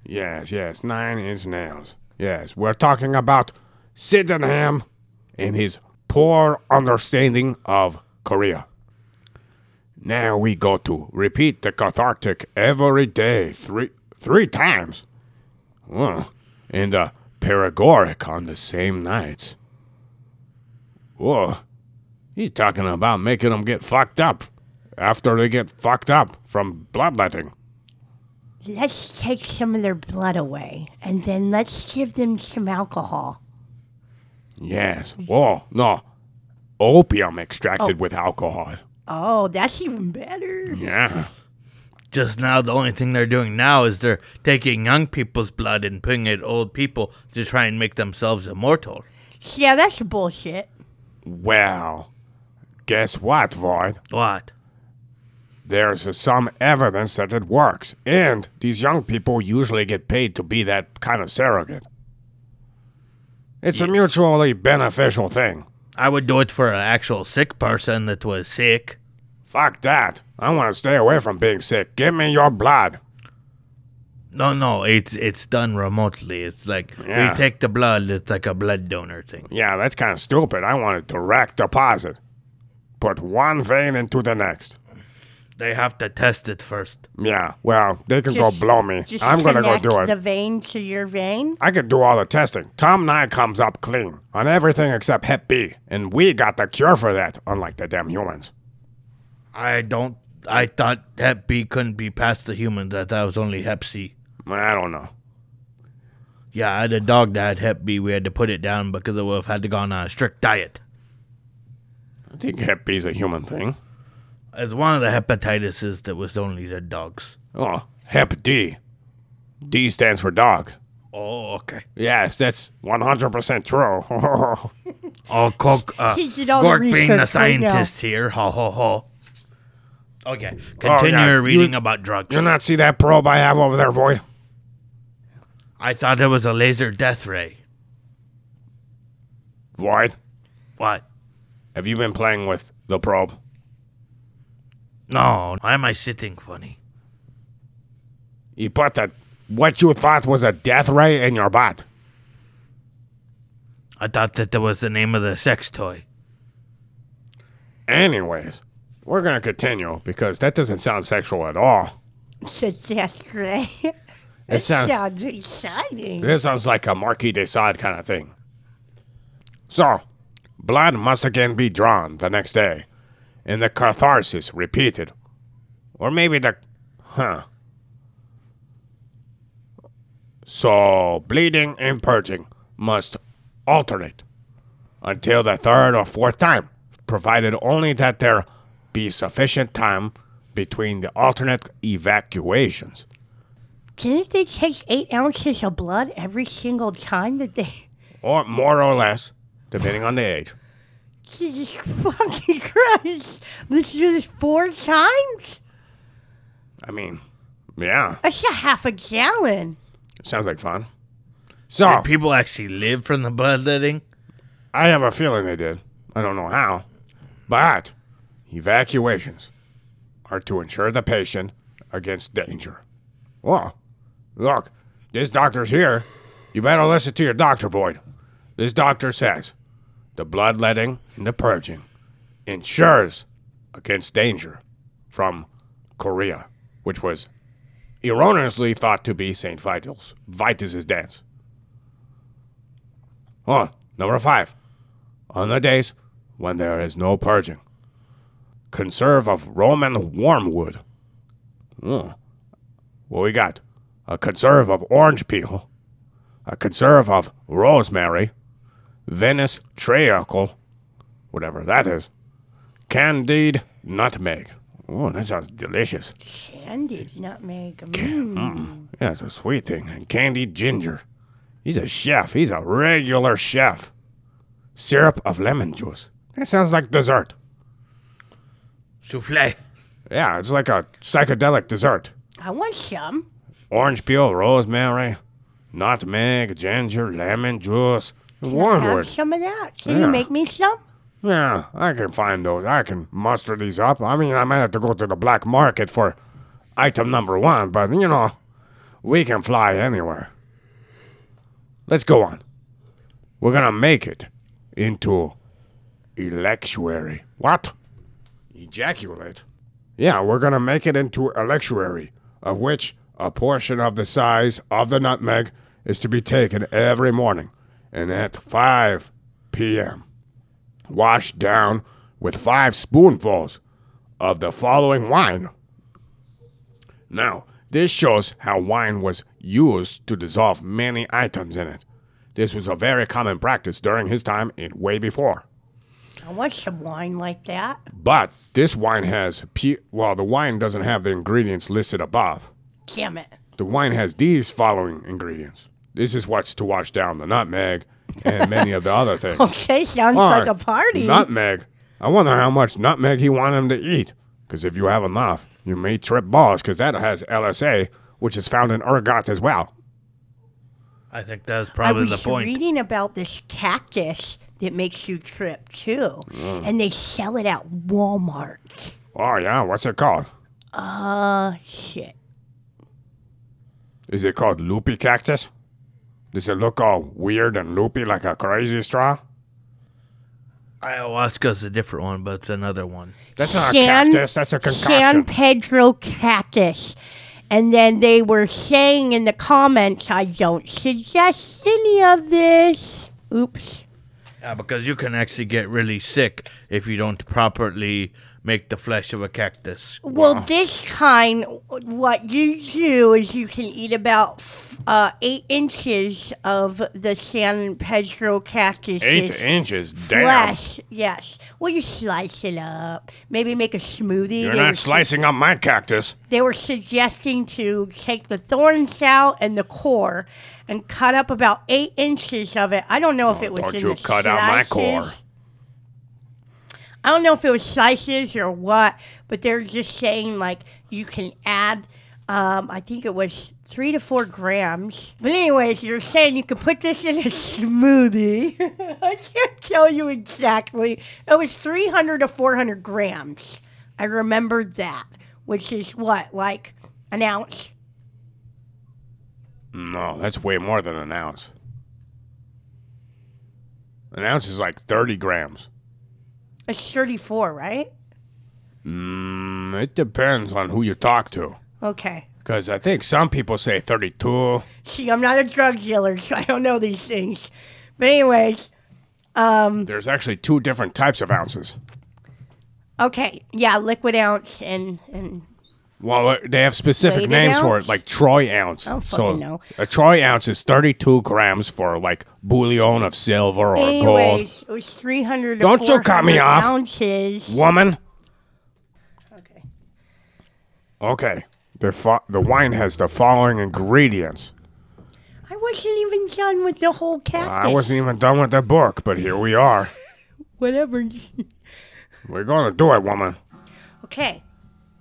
Speaker 2: Yes, yes, nine inch nails. Yes, we're talking about Sydenham and his poor understanding of Korea. Now we go to repeat the cathartic every day three three times. Huh. And the paregoric on the same nights. Whoa. He's talking about making them get fucked up after they get fucked up from bloodletting.
Speaker 4: Let's take some of their blood away, and then let's give them some alcohol.
Speaker 2: Yes. Whoa. No. Opium extracted with alcohol.
Speaker 4: Oh, that's even better.
Speaker 2: Yeah.
Speaker 3: Just now, the only thing they're doing now is they're taking young people's blood and putting it old people to try and make themselves immortal.
Speaker 4: Yeah, that's bullshit.
Speaker 2: Well, guess what, Void?
Speaker 3: What?
Speaker 2: There's some evidence that it works. And these young people usually get paid to be that kind of surrogate. It's a mutually beneficial thing.
Speaker 3: I would do it for an actual sick person that was sick.
Speaker 2: Fuck that. I want to stay away from being sick. Give me your blood.
Speaker 3: No, no, it's it's done remotely. It's like
Speaker 2: Yeah.
Speaker 3: we take the blood. It's like a blood donor thing.
Speaker 2: Yeah, that's kind of stupid. I want a direct deposit. Put one vein into the next.
Speaker 3: They have to test it first.
Speaker 2: Yeah, well, they can
Speaker 4: Just-
Speaker 2: go blow me.
Speaker 4: Just
Speaker 2: I'm gonna go
Speaker 4: connect
Speaker 2: do it.
Speaker 4: the vein to your vein.
Speaker 2: I could do all the testing. Tom Nye comes up clean on everything except Hep B, and we got the cure for that, unlike the damn humans.
Speaker 3: I don't. I thought Hep B couldn't be passed to humans. I thought it was only Hep C.
Speaker 2: I don't know.
Speaker 3: Yeah, I had a dog that had Hep B. We had to put it down because it would have had to go on a strict diet.
Speaker 2: I think Hep B's a human thing.
Speaker 3: It's one of the hepatitises that was only the dogs.
Speaker 2: Oh, Hep D. D stands for dog.
Speaker 3: Oh, okay.
Speaker 2: Yes, that's 100% true.
Speaker 3: Oh, Cork, uh,
Speaker 4: He did all the
Speaker 3: Cork being
Speaker 4: research
Speaker 3: the
Speaker 4: right
Speaker 3: scientist here. Ho, ho, ho. Okay, continue
Speaker 2: Oh, yeah,
Speaker 3: your
Speaker 2: you-
Speaker 3: reading about drugs.
Speaker 2: you not see that probe I have over there, Void?
Speaker 3: I thought it was a laser death ray.
Speaker 2: Void,
Speaker 3: What?
Speaker 2: have you been playing with the probe?
Speaker 3: No, why am I sitting funny?
Speaker 2: You put a, what you thought was a death ray in your butt.
Speaker 3: I thought that that was the name of the sex toy.
Speaker 2: Anyways, we're going to continue because that doesn't sound sexual at all.
Speaker 4: So that's great.
Speaker 2: It sounds
Speaker 4: Sounds exciting.
Speaker 2: This sounds like a Marquis de Sade kind of thing. So, blood must again be drawn the next day, and the catharsis repeated. Or maybe the. Huh. So, bleeding and purging must alternate until the third or fourth time, provided only that there be sufficient time between the alternate evacuations.
Speaker 4: Didn't they take eight ounces of blood every single time that they?
Speaker 2: or more or less, depending on the age.
Speaker 4: Jesus fucking Christ! Let's do this four times.
Speaker 2: I mean, yeah,
Speaker 4: That's a half a gallon.
Speaker 2: sounds like fun. So
Speaker 3: People actually live from the bloodletting.
Speaker 2: I have a feeling they did. I don't know how, but evacuations are to ensure the patient against danger. Well, look, this doctor's here. You better listen to your doctor, Void. This doctor says the bloodletting and the purging ensures against danger from Korea, which was erroneously thought to be St. Vitus, Vitus's dance. Oh, number five. On the days when there is no purging, conserve of Roman wormwood. Hmm. What we got? A conserve of orange peel, a conserve of rosemary, Venice treacle, whatever that is, candied nutmeg. Oh, that sounds delicious.
Speaker 4: Candied nutmeg. Mm.
Speaker 2: Yeah, it's a sweet thing. And candied ginger. He's a chef. He's a regular chef. Syrup of lemon juice. That sounds like dessert.
Speaker 3: Souffle.
Speaker 2: Yeah, it's like a psychedelic dessert.
Speaker 4: I want some.
Speaker 2: Orange peel, rosemary, nutmeg, ginger, lemon juice. One
Speaker 4: Have
Speaker 2: word.
Speaker 4: some of that. Can you
Speaker 2: Yeah.
Speaker 4: make me some?
Speaker 2: Yeah, I can find those. I can muster these up. I mean, I might have to go to the black market for item number one, but you know, we can fly anywhere. Let's go on. We're gonna make it into electuary. What? Ejaculate? Yeah, we're gonna make it into electuary, of which a portion of the size of the nutmeg is to be taken every morning, and at 5 p.m washed down with five spoonfuls of the following wine. Now, this shows how wine was used to dissolve many items in it. This was a very common practice during his time and way before.
Speaker 4: I want some wine like that.
Speaker 2: But this wine has, P- well, the wine doesn't have the ingredients listed above.
Speaker 4: Damn it.
Speaker 2: The wine has these following ingredients. This is what's to wash down the nutmeg and many of the other things.
Speaker 4: Okay, sounds
Speaker 2: All
Speaker 4: like
Speaker 2: right,
Speaker 4: a party.
Speaker 2: Nutmeg. I wonder how much nutmeg he wanted him to eat. Because if you have enough, you may trip balls, because that has LSA, which is found in ergot as well.
Speaker 3: I think that was
Speaker 4: I
Speaker 3: probably
Speaker 4: was
Speaker 3: the point.
Speaker 4: reading about this cactus that makes you trip too,
Speaker 3: Mm.
Speaker 4: and they sell it at Walmart.
Speaker 2: Oh, yeah. What's it called?
Speaker 4: Uh, shit.
Speaker 2: Is it called loopy cactus? Does it look all weird and loopy like a crazy straw?
Speaker 3: Ayahuasca's a different one, but it's another one.
Speaker 2: That's not
Speaker 4: San-
Speaker 2: a cactus. That's a
Speaker 4: San
Speaker 2: concoction.
Speaker 4: Pedro cactus. And then they were saying in the comments, I don't suggest any of this. Oops.
Speaker 3: Yeah, Uh, because you can actually get really sick if you don't properly make the flesh of a cactus.
Speaker 4: Well, this kind, what you do is you can eat about f- uh, eight inches of the San Pedro cactus.
Speaker 2: Eight inches. Damn.
Speaker 4: Flesh, yes. Well, you slice it up. Maybe make a smoothie.
Speaker 2: You're
Speaker 4: They were
Speaker 2: not
Speaker 4: su-
Speaker 2: slicing up my cactus.
Speaker 4: They were suggesting to take the thorns out and the core, and cut up about eight inches of it. I don't know if it was.
Speaker 2: Oh, don't
Speaker 4: in
Speaker 2: you
Speaker 4: the
Speaker 2: cut out my
Speaker 4: slices.
Speaker 2: core.
Speaker 4: I don't know if it was slices or what, but they're just saying like you can add. Um, I think it was three to four grams. But anyways, you're saying you could put this in a smoothie. I can't tell you exactly. It was 300 to 400 grams. I remember that, which is what like an ounce.
Speaker 2: No, that's way more than an ounce. An ounce is like 30 grams.
Speaker 4: It's 34, right?
Speaker 2: Mm, it depends on who you talk to.
Speaker 4: Okay.
Speaker 2: Because I think some people say 32.
Speaker 4: See, I'm not a drug dealer, so I don't know these things. But anyways,
Speaker 2: There's actually two different types of ounces.
Speaker 4: Okay, yeah, liquid ounce and and
Speaker 2: Well, uh, they have specific
Speaker 4: Weighted
Speaker 2: names for
Speaker 4: ounce?
Speaker 2: it, like troy ounce.
Speaker 4: don't
Speaker 2: so
Speaker 4: fucking know.
Speaker 2: a troy ounce is 32 grams for like bullion of silver or gold.
Speaker 4: anyways, it was three hundred.
Speaker 2: Don't you cut me off.
Speaker 4: Ounces.
Speaker 2: Woman,
Speaker 4: Okay.
Speaker 2: okay. The fo- the wine has the following ingredients.
Speaker 4: I wasn't even done with the whole cactus.
Speaker 2: I wasn't even done with the book, but here we are.
Speaker 4: Whatever.
Speaker 2: We're gonna do it, woman.
Speaker 4: okay.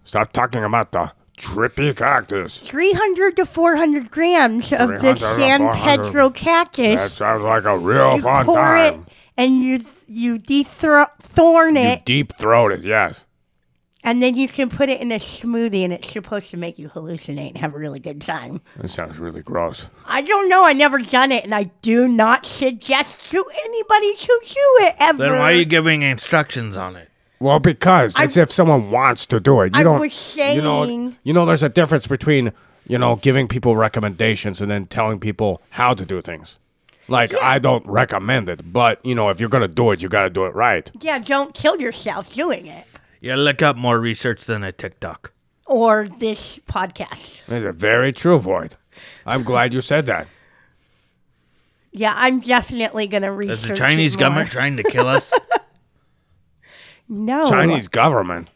Speaker 2: Stop talking about the trippy cactus.
Speaker 4: 300 to 400 grams of
Speaker 2: 300
Speaker 4: the
Speaker 2: to
Speaker 4: San
Speaker 2: 400.
Speaker 4: Pedro cactus.
Speaker 2: That sounds like a real
Speaker 4: you
Speaker 2: fun
Speaker 4: core
Speaker 2: time.
Speaker 4: it and you you de-thorn
Speaker 2: You
Speaker 4: it,
Speaker 2: deep throated, yes.
Speaker 4: and then you can put it in a smoothie, and it's supposed to make you hallucinate and have a really good time.
Speaker 2: That sounds really gross.
Speaker 4: I don't know. I never done it, and I do not suggest to anybody to do it ever.
Speaker 3: Then why are you giving instructions on it?
Speaker 2: Well, because it's if someone wants to do it. You
Speaker 4: I
Speaker 2: don't.
Speaker 4: was
Speaker 2: you know,
Speaker 4: saying-
Speaker 2: you know, there's a difference between you know giving people recommendations and then telling people how to do things. Like I don't recommend it, but you know, if you're gonna do it, you gotta do it right.
Speaker 4: yeah, don't kill yourself doing it
Speaker 3: Yeah, look up more research than a TikTok.
Speaker 4: or this podcast.
Speaker 2: It's a very true void. I'm glad you said that.
Speaker 4: Yeah, I'm definitely gonna research.
Speaker 3: Is the Chinese
Speaker 4: it more.
Speaker 3: government trying to kill us?
Speaker 4: No,
Speaker 2: Chinese government.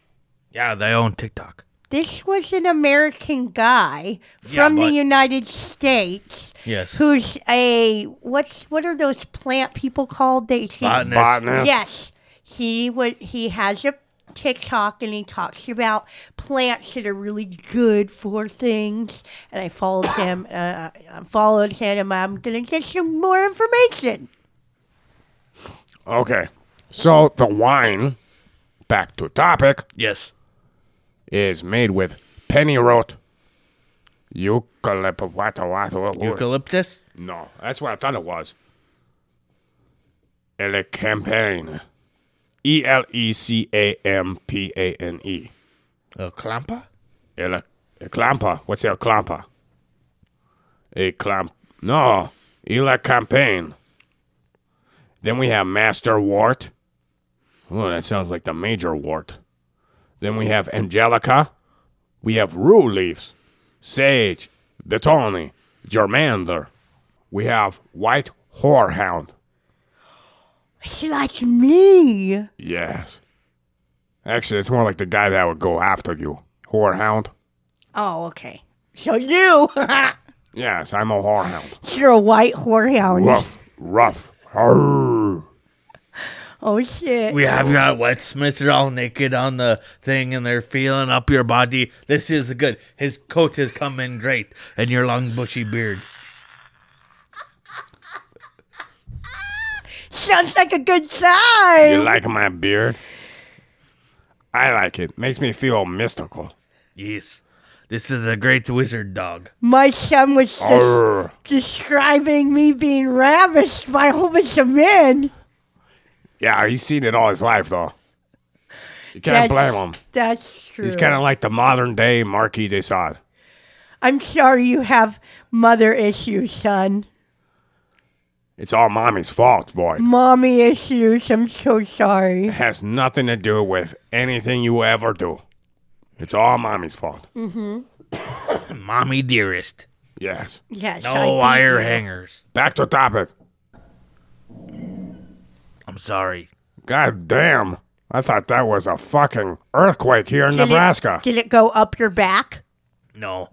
Speaker 3: yeah, they own TikTok.
Speaker 4: This was an American guy from the
Speaker 3: but-
Speaker 4: United States
Speaker 3: Yes.
Speaker 4: who's a what's what are those plant people called? They see-
Speaker 3: Botanist.
Speaker 2: Botanist.
Speaker 4: Yes, he was. He has a TikTok and he talks about plants that are really good for things. And I followed him. Uh, I followed him, and I'm gonna get some more information.
Speaker 2: Okay. So the wine, back to topic,
Speaker 3: Yes.
Speaker 2: is made with pennyrote eucalypt. What, what, what, what?
Speaker 3: Eucalyptus?
Speaker 2: No, that's what I thought it was. Elecampane. E L E C A M P A N E.
Speaker 3: A clampa?
Speaker 2: Ele- Eclampa. What's Eclampa? Eclamp. No. E Elecampane. Then we have Master Wart. Oh, that sounds like the Major Wart. Then we have Angelica. We have Rue Leaves, Sage, Detoni, Germander. We have White Whorehound.
Speaker 4: It's like me.
Speaker 2: Yes. Actually, it's more like the guy that would go after you. Whorehound?
Speaker 4: Oh, okay. So you,
Speaker 2: Yes, I'm a whorehound.
Speaker 4: you're a white whorehound.
Speaker 2: rough, rough. Arr.
Speaker 4: Oh shit.
Speaker 3: We have got wet Smiths all naked on the thing and they're feeling up your body. This is good. His coat has come in great and your long bushy beard.
Speaker 4: Sounds like a good time.
Speaker 2: You like my beard? I like it. Makes me feel mystical.
Speaker 3: Yes. This is a great wizard dog.
Speaker 4: My son was just
Speaker 2: Arr.
Speaker 4: describing me being ravished by a whole bunch of men.
Speaker 2: Yeah, he's seen it all his life, though. You can't blame him.
Speaker 4: That's true.
Speaker 2: He's kind of like the modern day Marquis de Sade.
Speaker 4: I'm sorry you have mother issues, son.
Speaker 2: It's all mommy's fault, boy.
Speaker 4: Mommy issues. I'm so sorry.
Speaker 2: It has nothing to do with anything you ever do. It's all mommy's fault.
Speaker 3: Mommy dearest.
Speaker 2: Yes.
Speaker 4: Yes. I
Speaker 3: No
Speaker 4: beat
Speaker 3: wire
Speaker 4: you.
Speaker 3: hangers.
Speaker 2: Back to topic.
Speaker 3: I'm sorry.
Speaker 2: God damn. I thought that was a fucking earthquake here in
Speaker 4: Did it-
Speaker 2: Nebraska.
Speaker 4: Did it go up your back?
Speaker 3: No.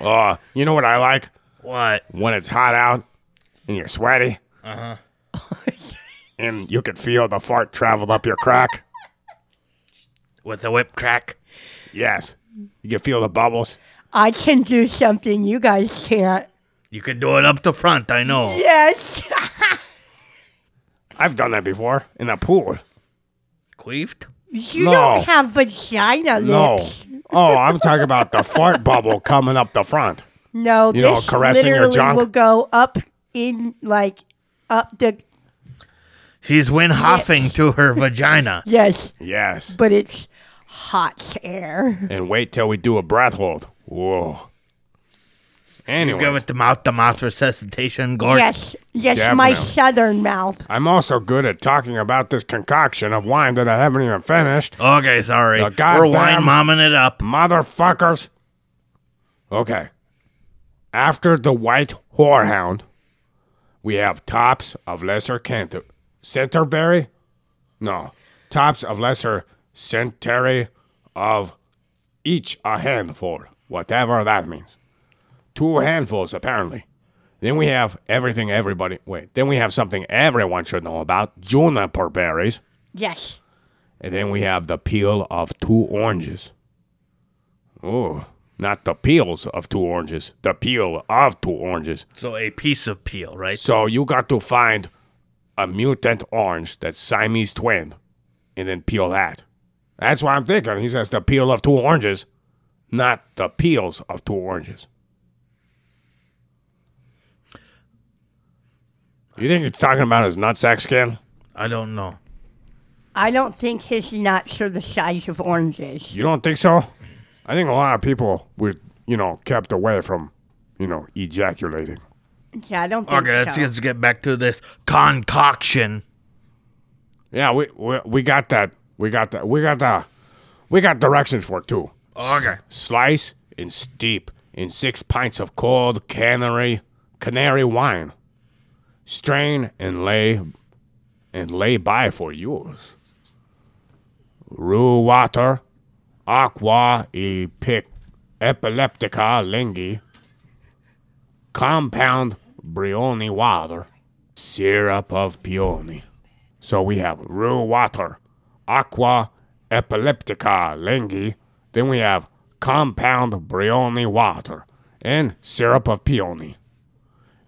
Speaker 2: Oh, you know what I like?
Speaker 3: What?
Speaker 2: When it's hot out and you're sweaty. Uh huh. and you can feel the fart travel up your crack.
Speaker 3: With a whip crack?
Speaker 2: yes. You can feel the bubbles.
Speaker 4: I can do something you guys can't.
Speaker 3: You can do it up the front, I know.
Speaker 4: Yes.
Speaker 2: I've done that before in a pool.
Speaker 3: Queefed?
Speaker 4: You
Speaker 2: No.
Speaker 4: don't have vagina
Speaker 2: No.
Speaker 4: lips.
Speaker 2: Oh, I'm talking about the fart bubble coming up the front.
Speaker 4: No,
Speaker 2: You know,
Speaker 4: this
Speaker 2: caressing your
Speaker 4: literally
Speaker 2: junk.
Speaker 4: will go up in like up the
Speaker 3: She's wind hoffing to her vagina.
Speaker 4: yes,
Speaker 2: Yes.
Speaker 4: but it's hot air.
Speaker 2: And wait till we do a breath hold. Whoa.
Speaker 3: You give
Speaker 2: Anyway,
Speaker 3: it the mouth to mouth resuscitation, Gort.
Speaker 4: Yes, yes, my
Speaker 2: Definitely.
Speaker 4: southern mouth.
Speaker 2: I'm also good at talking about this concoction of wine that I haven't even finished.
Speaker 3: Okay, sorry.
Speaker 2: The
Speaker 3: We're
Speaker 2: goddamn-
Speaker 3: wine momming it up.
Speaker 2: Motherfuckers. Okay. After the white whorehound, we have tops of lesser canter centerberry? No. Tops of lesser centerry of each a handful. Whatever that means. Two handfuls apparently. Then we have everything everybody wait. Then we have something everyone should know about, juniper berries.
Speaker 4: Yes.
Speaker 2: And then we have the peel of two oranges. Oh, not the peels of two oranges, the peel of two oranges.
Speaker 3: So a piece of peel, right?
Speaker 2: So you got to find a mutant orange that's Siamese twin and then peel that. That's what I'm thinking. He says the peel of two oranges, not the peels of two oranges. You think he's talking about his nutsack skin?
Speaker 3: I don't know.
Speaker 4: I don't think his nuts are the size of oranges.
Speaker 2: You don't think so? I think a lot of people were, you know, kept away from, you know, ejaculating.
Speaker 4: Yeah, I don't think
Speaker 3: Okay, let's,
Speaker 4: so.
Speaker 3: let's get back to this concoction.
Speaker 2: Yeah, we, we we got that. We got that. We got the we got directions for it too.
Speaker 3: Okay.
Speaker 2: Slice and steep in six pints of cold canary canary wine. Strain and lay and lay by for use. Rue water, aqua epic, epileptica lingui, compound brioni water, syrup of peony. So we have Rue Water, Aqua Epileptica Lingui. Then we have Compound Brioni Water and Syrup of Peony.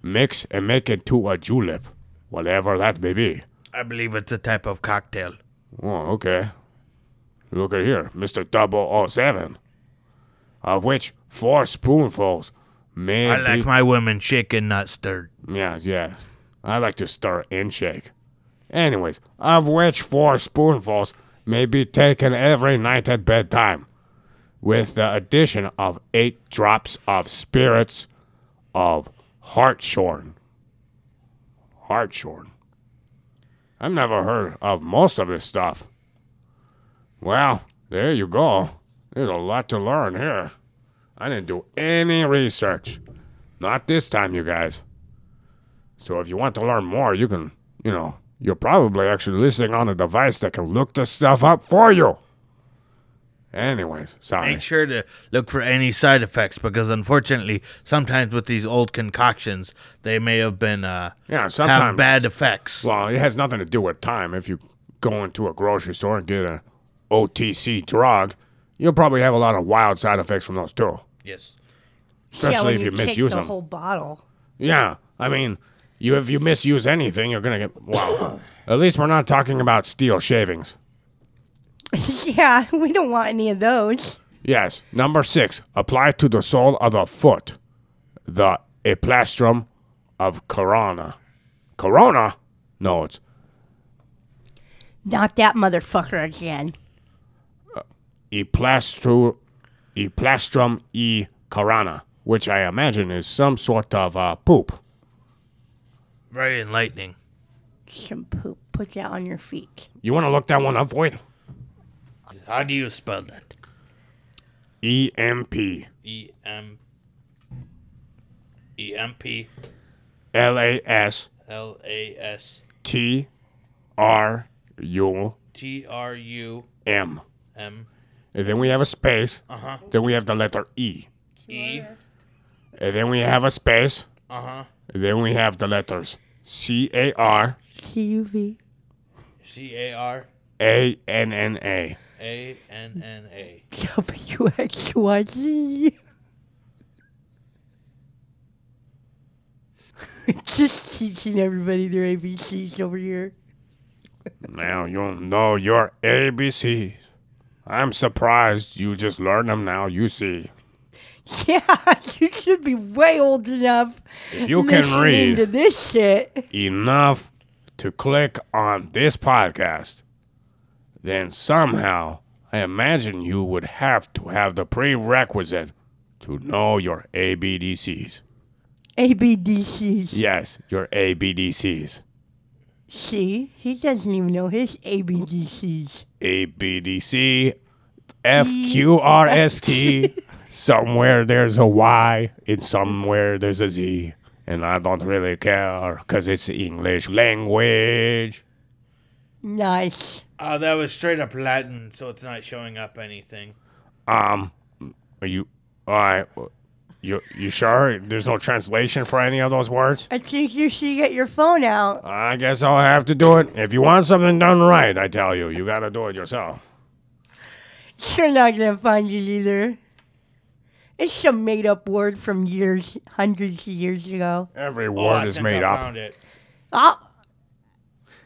Speaker 2: Mix and make it to a julep, whatever that may be.
Speaker 3: I believe it's a type of cocktail.
Speaker 2: Oh, okay. Look at here, Mr. 007. Of which four spoonfuls may
Speaker 3: I
Speaker 2: be-
Speaker 3: like my women shaken, not stirred.
Speaker 2: Yeah, yeah. I like to stir and shake. Anyways, of which four spoonfuls may be taken every night at bedtime, with the addition of eight drops of spirits of hartshorn. Hartshorn. I've never heard of most of this stuff. Well, there you go. There's a lot to learn here. I didn't do any research. Not this time, you guys. So if you want to learn more, you can, you know, you're probably actually listening on a device that can look this stuff up for you. Anyways, sorry.
Speaker 3: Make sure to look for any side effects because, unfortunately, sometimes with these old concoctions, they may have been uh,
Speaker 2: Yeah,
Speaker 3: have
Speaker 2: sometimes.
Speaker 3: bad effects.
Speaker 2: Well, it has nothing to do with time. If you go into a grocery store and get an OTC drug, you'll probably have a lot of wild side effects from those too.
Speaker 3: Yes.
Speaker 2: especially
Speaker 4: yeah, when
Speaker 2: if you
Speaker 4: take
Speaker 2: misuse
Speaker 4: the
Speaker 2: them.
Speaker 4: whole bottle.
Speaker 2: Yeah, I mean, you if you misuse anything, you're gonna get wow. At least we're not talking about steel shavings.
Speaker 4: yeah, we don't want any of those.
Speaker 2: Yes, number six. Apply to the sole of the foot, the eplastrum of corona. Corona? No, it's
Speaker 4: Not that motherfucker again.
Speaker 2: E Eplastru, Eplastrum e Carana, which I imagine is some sort of uh, poop.
Speaker 3: Very enlightening.
Speaker 4: Some poop. Put that on your feet.
Speaker 2: You want to look that one up, Void?
Speaker 3: How do you spell that?
Speaker 2: E M P
Speaker 3: E M E M P
Speaker 2: L A S
Speaker 3: L A S
Speaker 2: T R U
Speaker 3: T R U
Speaker 2: M.
Speaker 3: M
Speaker 2: And then we have a space. Uh-huh. Then we have the letter E.
Speaker 3: E.
Speaker 2: And then we have a space.
Speaker 3: Uh huh.
Speaker 2: And then we have the letters C A R
Speaker 4: T-U-V.
Speaker 3: C A R
Speaker 2: A N N A.
Speaker 3: A N N A.
Speaker 4: W-X-Y-Z. Just teaching everybody their ABCs over here.
Speaker 2: Now you know your ABCs. I'm surprised you just learned them now, you see.
Speaker 4: Yeah, you should be way old enough.
Speaker 2: If you can
Speaker 4: listening
Speaker 2: read
Speaker 4: to this shit.
Speaker 2: enough to click on this podcast, then somehow I imagine you would have to have the prerequisite to know your ABDCs.
Speaker 4: ABDCs.
Speaker 2: Yes, your ABDCs.
Speaker 4: See, he doesn't even know his ABDCs.
Speaker 2: ABDC, FQRST. somewhere there's a Y, and somewhere there's a Z. And I don't really care because it's the English language.
Speaker 4: Nice.
Speaker 3: Oh, that was straight up Latin, so it's not showing up anything.
Speaker 2: Um, are you, all right, you, you sure? There's no translation for any of those words?
Speaker 4: I think you should get your phone out.
Speaker 2: I guess I'll have to do it. If you want something done right, I tell you, you gotta do it yourself.
Speaker 4: You're not gonna find it either. It's some made up word from years, hundreds of years ago.
Speaker 2: Every
Speaker 3: Oh,
Speaker 2: word
Speaker 3: I
Speaker 2: is
Speaker 3: think
Speaker 2: made
Speaker 3: I
Speaker 2: up.
Speaker 3: Found it.
Speaker 4: Oh,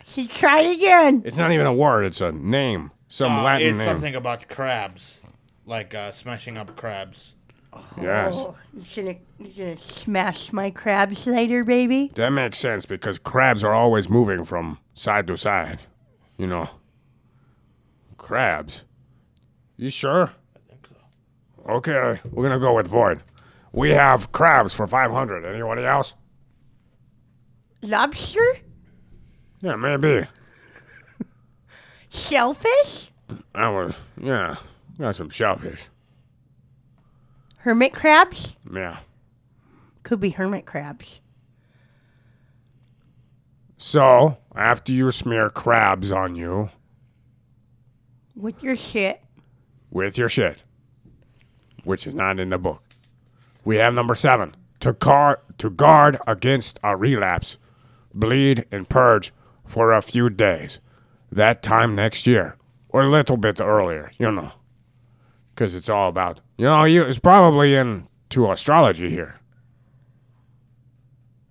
Speaker 4: he tried again.
Speaker 2: It's not even a word, it's a name. Some
Speaker 3: Uh,
Speaker 2: Latin
Speaker 3: it's
Speaker 2: name.
Speaker 3: something about crabs, like uh, smashing up crabs.
Speaker 2: Yes.
Speaker 4: Oh, you gonna, you gonna smash my crabs later, baby?
Speaker 2: That makes sense because crabs are always moving from side to side. You know. Crabs. You sure? Okay, we're gonna go with Void. We have crabs for 500. Anybody else?
Speaker 4: Lobster?
Speaker 2: Yeah, maybe.
Speaker 4: Shellfish?
Speaker 2: I was, yeah, got some shellfish.
Speaker 4: Hermit crabs?
Speaker 2: Yeah.
Speaker 4: Could be hermit crabs.
Speaker 2: So, after you smear crabs on you
Speaker 4: With your shit.
Speaker 2: with your shit, which is not in the book, we have number seven to, car- to guard against a relapse, bleed and purge for a few days. That time next year, or a little bit earlier, you know, because it's all about, you know, you, it's probably into astrology here.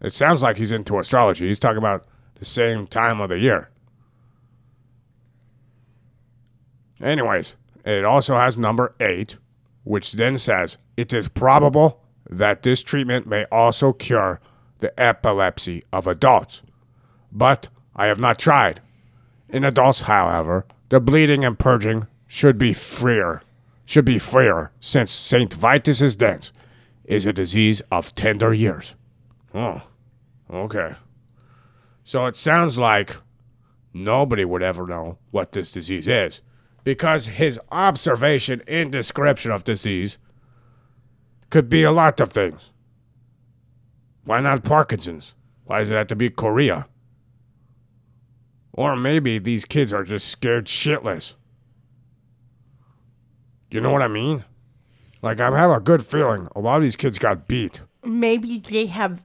Speaker 2: It sounds like he's into astrology. He's talking about the same time of the year. Anyways, it also has number eight, which then says it is probable that this treatment may also cure the epilepsy of adults. But I have not tried. In adults, however, the bleeding and purging should be freer, should be freer since St. Vitus's dance is a disease of tender years. Oh, okay. So it sounds like nobody would ever know what this disease is because his observation and description of disease could be a lot of things. Why not Parkinson's? Why does it have to be Korea? Or maybe these kids are just scared shitless. You know what I mean? Like, I have a good feeling a lot of these kids got beat.
Speaker 4: Maybe they have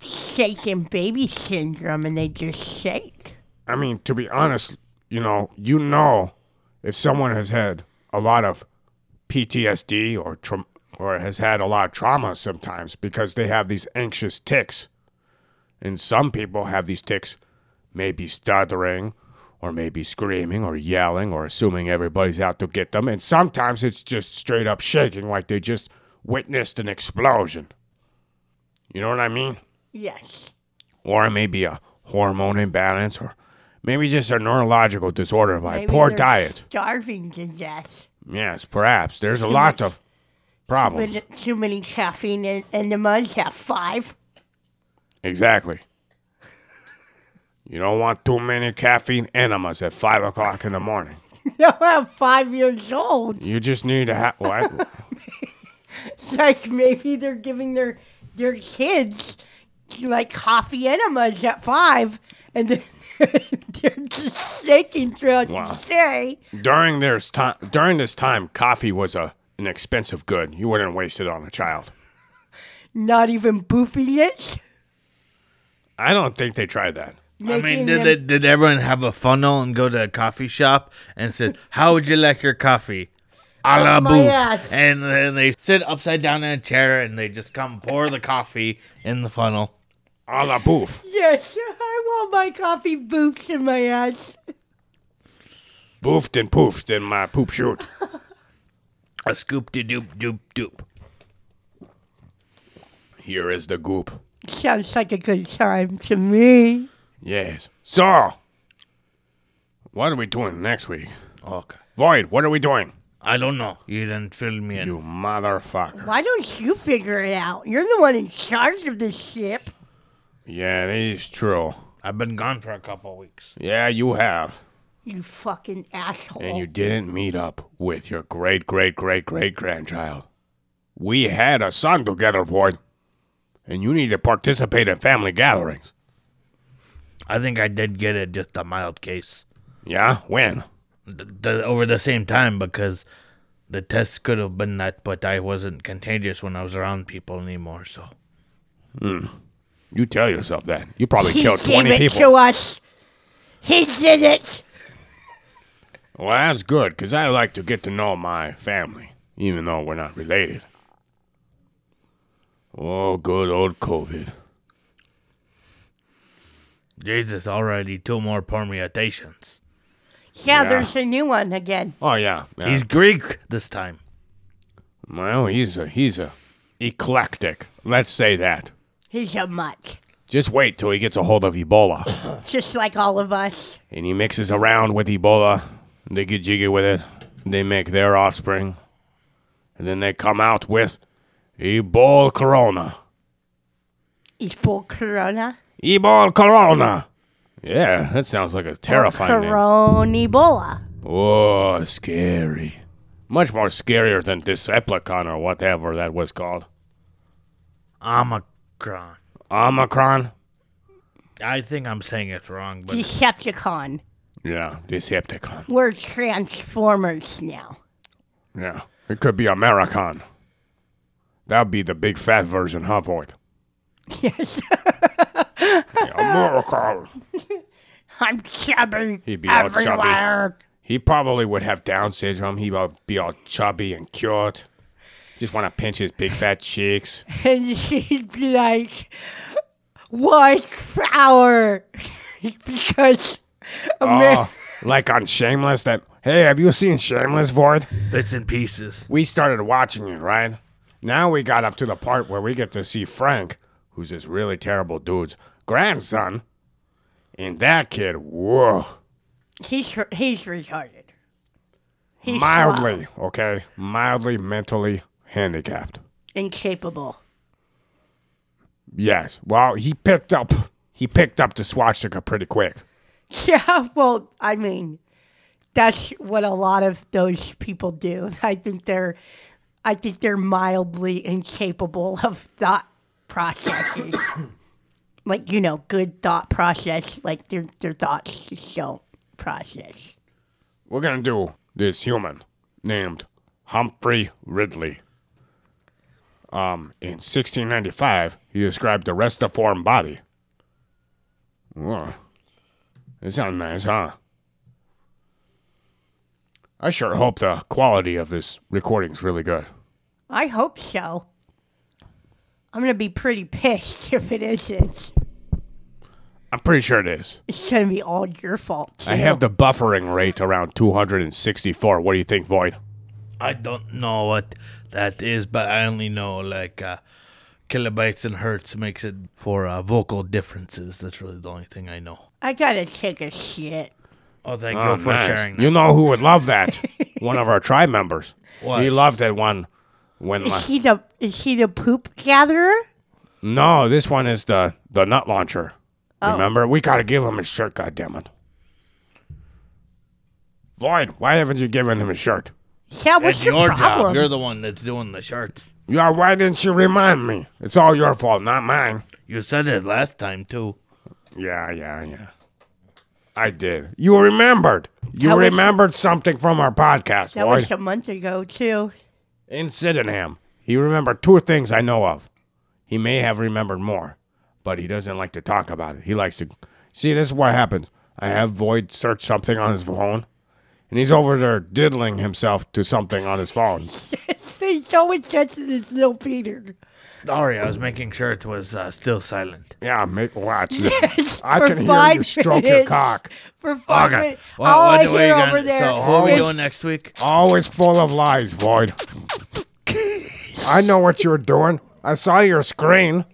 Speaker 4: shaken baby syndrome and they just shake.
Speaker 2: I mean, to be honest, you know, you know, if someone has had a lot of PTSD or tra- or has had a lot of trauma sometimes because they have these anxious tics, and some people have these tics, maybe stuttering, or maybe screaming or yelling or assuming everybody's out to get them, and sometimes it's just straight up shaking like they just witnessed an explosion. You know what I mean?
Speaker 4: Yes.
Speaker 2: or maybe a hormone imbalance, or maybe just a neurological disorder by
Speaker 4: Maybe
Speaker 2: poor
Speaker 4: they're
Speaker 2: diet.
Speaker 4: Starving to death.
Speaker 2: Yes, perhaps. There's a lot
Speaker 4: much-
Speaker 2: of problems.
Speaker 4: With too many caffeine and, and the mugs have five.
Speaker 2: Exactly. You don't want too many caffeine enemas at five o'clock in the morning.
Speaker 4: No, I'm five years old.
Speaker 2: You just need to have what?
Speaker 4: Like maybe they're giving their their kids like coffee enemas at five, and then they're just shaking throughout
Speaker 2: Wow.
Speaker 4: the day.
Speaker 2: during this time, during this time, coffee was a an expensive good. You wouldn't waste it on a child.
Speaker 4: Not even boofing it.
Speaker 2: I don't think they tried that.
Speaker 3: I mean,
Speaker 4: making
Speaker 3: did
Speaker 4: them-
Speaker 3: they, did everyone have a funnel and go to a coffee shop and said, "How would you like your coffee?" A la
Speaker 4: Oh my ass.
Speaker 3: booth, and then they sit upside down in a chair and they just come pour the coffee in the funnel.
Speaker 2: A la boof.
Speaker 4: Yes, I want my coffee boofs in my ass.
Speaker 2: Boofed and poofed in my poop shoot.
Speaker 3: A scoop de doop doop doop.
Speaker 2: Here is the goop.
Speaker 4: Sounds like a good time to me.
Speaker 2: Yes. So, what are we doing next week?
Speaker 3: Okay.
Speaker 2: Void, what are we doing?
Speaker 3: I don't know. You didn't fill me in.
Speaker 2: You motherfucker.
Speaker 4: Why don't you figure it out? You're the one in charge of this ship.
Speaker 2: Yeah, it is true.
Speaker 3: I've been gone for a couple weeks.
Speaker 2: Yeah, you have.
Speaker 4: You fucking asshole.
Speaker 2: And you didn't meet up with your great great great great grandchild. We had a son together, Void. And you need to participate in family gatherings.
Speaker 3: I think I did get it, just a mild case.
Speaker 2: Yeah? When?
Speaker 3: Th- th- over the same time because the tests could have been that, but I wasn't contagious when I was around people anymore. So
Speaker 2: You tell yourself that. You probably
Speaker 4: he
Speaker 2: killed
Speaker 4: gave
Speaker 2: 20
Speaker 4: it
Speaker 2: people.
Speaker 4: to us. He did it.
Speaker 2: Well, that's good, because I like to get to know my family, even though we're not related. Oh, good old COVID.
Speaker 3: Jesus, already two more permutations.
Speaker 4: Yeah,
Speaker 2: Yeah.
Speaker 4: there's a new one again.
Speaker 2: Oh, yeah. yeah.
Speaker 3: He's Greek this time.
Speaker 2: well, he's a, he's a eclectic. Let's say that.
Speaker 4: He's a mutt,
Speaker 2: Just wait till he gets a hold of Ebola.
Speaker 4: just like all of us.
Speaker 2: and he mixes around with Ebola. They get jiggy with it. They make their offspring. And then they come out with Ebola Corona.
Speaker 4: He's full corona.
Speaker 2: Ebola Corona. Yeah, that sounds like a terrifying name.
Speaker 4: Corona Ebola.
Speaker 2: Oh, scary. Much more scarier than Decepticon or whatever that was called.
Speaker 3: Omicron.
Speaker 2: Omicron?
Speaker 3: I think I'm saying it wrong, but
Speaker 4: Decepticon.
Speaker 2: Yeah, Decepticon.
Speaker 4: We're Transformers now.
Speaker 2: Yeah. It could be Americon. That'd be the big fat version, huh, Void?
Speaker 4: Yes,
Speaker 2: Yeah, Americon.
Speaker 4: I'm chubby
Speaker 2: He'd be all chubby.
Speaker 4: everywhere.
Speaker 2: He probably would have Down syndrome. He would be all chubby and cute. Just want to pinch his big fat cheeks.
Speaker 4: And he'd be like, "What power?" because Amer-
Speaker 2: Oh, like on Shameless. That hey, have you seen Shameless, Void?
Speaker 3: bits and pieces.
Speaker 2: we started watching it, right? Now we got up to the part where we get to see Frank, who's this really terrible dude's grandson. And that kid, whoa,
Speaker 4: he's he's retarded. He's slow,
Speaker 2: mildly, okay, mildly mentally handicapped.
Speaker 4: incapable.
Speaker 2: Yes. Well, he picked up, he picked up the swastika pretty quick.
Speaker 4: Yeah, well, I mean, that's what a lot of those people do. I think they're, I think they're mildly incapable of thought processes, like you know, good thought process. Like their their thoughts just don't process.
Speaker 2: We're gonna do this human named Humphrey Ridley. Um, in 1695, he described the restiform body. Whoa. It sounds nice, huh? I sure hope the quality of this recording's really good.
Speaker 4: I hope so. I'm gonna be pretty pissed if it isn't.
Speaker 2: I'm pretty sure it is.
Speaker 4: It's gonna be all your fault.
Speaker 2: I have the buffering rate around 264. What do you think, Void?
Speaker 3: I don't know what that is, but I only know like uh, kilobytes and hertz makes it for uh, vocal differences. That's really the only thing I know.
Speaker 4: I gotta take a shit.
Speaker 3: Oh, thank
Speaker 2: Oh,
Speaker 3: you for
Speaker 2: nice.
Speaker 3: sharing. That.
Speaker 2: You know who would love that? One of our tribe members.
Speaker 3: What?
Speaker 2: He loved that one when my,
Speaker 4: Is he the is he the poop gatherer?
Speaker 2: No, this one is the the nut launcher.
Speaker 4: Oh.
Speaker 2: Remember, we gotta give him a shirt. God damn it, Lloyd, why haven't you given him a shirt?
Speaker 4: Yeah, what's
Speaker 3: It's
Speaker 4: your,
Speaker 3: your
Speaker 4: problem?
Speaker 3: job. You're the one that's doing the shirts.
Speaker 2: Yeah, why didn't you remind me? It's all your fault, not mine.
Speaker 3: You said it last time too.
Speaker 2: Yeah, yeah, yeah. I did. You remembered. You
Speaker 4: That was-
Speaker 2: remembered something from our podcast,
Speaker 4: That
Speaker 2: Lloyd.
Speaker 4: was a month ago too.
Speaker 2: in Sydenham. He remembered two things I know of. He may have remembered more, but he doesn't like to talk about it. He likes to see. This is what happens. I have Void search something on his phone, and he's over there diddling himself to something on his phone.
Speaker 4: He's always touching his little Peter.
Speaker 3: Sorry, I was making sure it was uh, still silent.
Speaker 2: Yeah, make watch. I
Speaker 4: for
Speaker 2: can hear
Speaker 4: five
Speaker 2: you stroke your
Speaker 4: minutes.
Speaker 2: cock.
Speaker 4: For five
Speaker 3: Okay.
Speaker 4: minutes,
Speaker 3: What,
Speaker 4: all
Speaker 3: what
Speaker 4: I
Speaker 3: do we
Speaker 4: hear
Speaker 3: got-
Speaker 4: over there
Speaker 3: So, what are we
Speaker 4: is-
Speaker 3: doing next week?
Speaker 2: Always full of lies, Void. I know what you were doing. I saw your screen.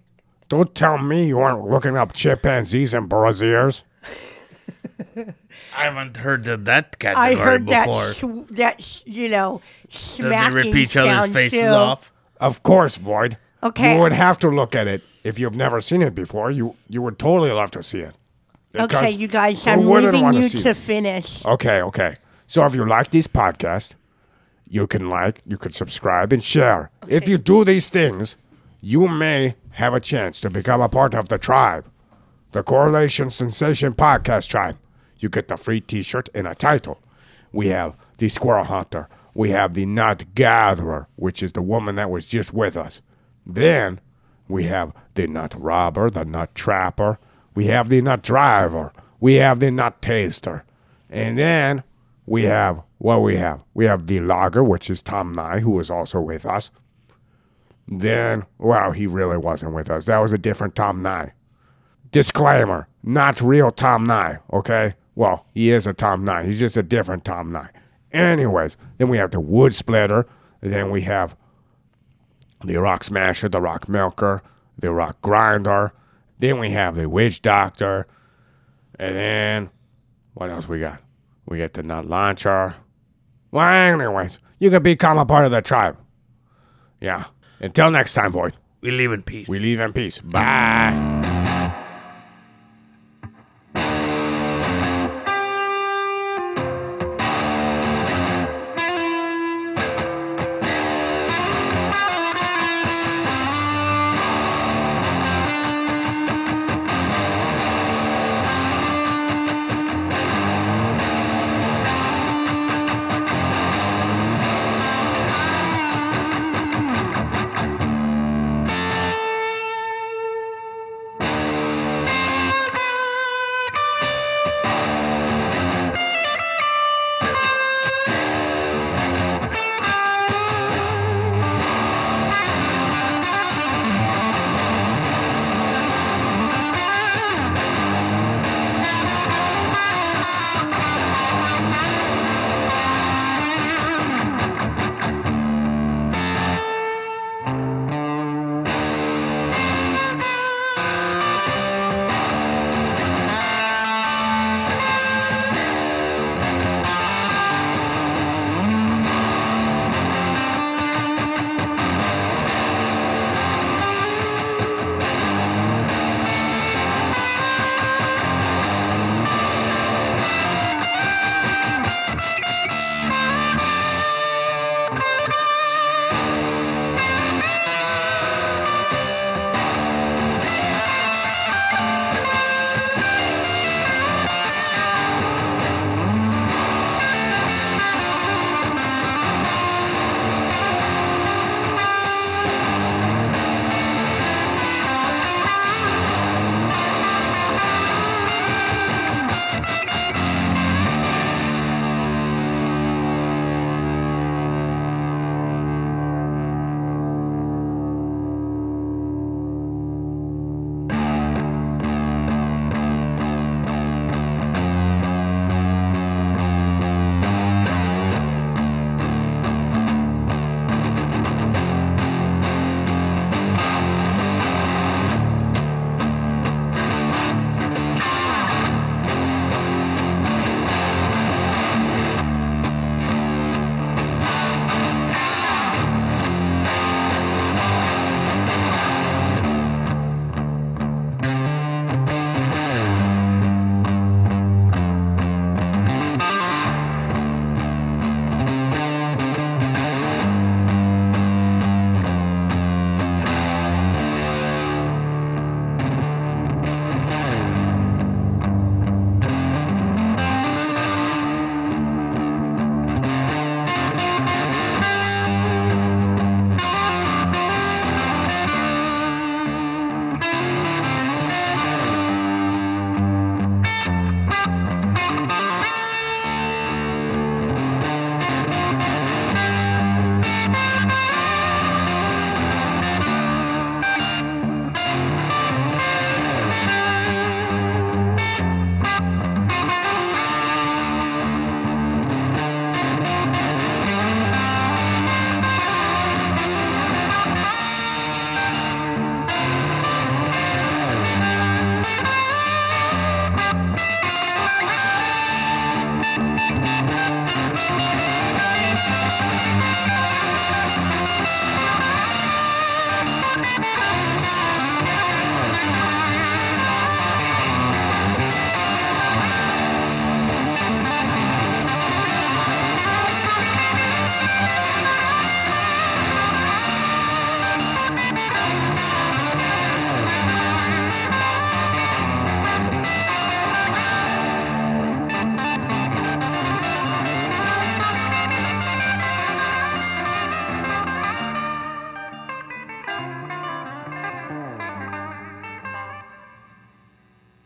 Speaker 2: Don't tell me you weren't looking up chimpanzees and braziers.
Speaker 3: I haven't heard of that category
Speaker 4: I heard
Speaker 3: before.
Speaker 4: that sw- that sh- you know
Speaker 3: Did they
Speaker 4: smacking
Speaker 3: rip each other's
Speaker 4: sound,
Speaker 3: faces
Speaker 4: too.
Speaker 3: off?
Speaker 2: Of course, Void.
Speaker 4: Okay.
Speaker 2: You would have to look at it. If you've never seen it before, you you would totally love to see it.
Speaker 4: Okay,
Speaker 2: Because
Speaker 4: you guys,
Speaker 2: who
Speaker 4: I'm
Speaker 2: wouldn't
Speaker 4: leaving
Speaker 2: wanna
Speaker 4: you
Speaker 2: see
Speaker 4: to
Speaker 2: it?
Speaker 4: finish.
Speaker 2: Okay, okay. So if you like this podcast, you can like, you can subscribe and share. If you do these things, you may have a chance to become a part of the tribe. The Correlation Sensation Podcast Tribe. You get the free t shirt and a title. We have the Squirrel Hunter. We have the Nut Gatherer, which is the woman that was just with us. Then we have the Nut Robber, the Nut Trapper. We have the Nut Driver. We have the Nut Taster. And then we have what we have. We have the Logger, which is Tom Nye, who was also with us. Then, wow, he really wasn't with us. That was a different Tom Nye. Disclaimer: Not real Tom Nye. Okay. Well, he is a Tom Nye. He's just a different Tom Nye. Anyways, then we have the Wood Splitter. Then we have the Rock Smasher, the Rock Milker, the Rock Grinder. Then we have the Witch Doctor. And then what else we got? We got the Nut Launcher. Well, anyways, you can become a part of the tribe. Yeah. Until next time, Void.
Speaker 3: We leave in peace.
Speaker 2: We leave in peace. Bye.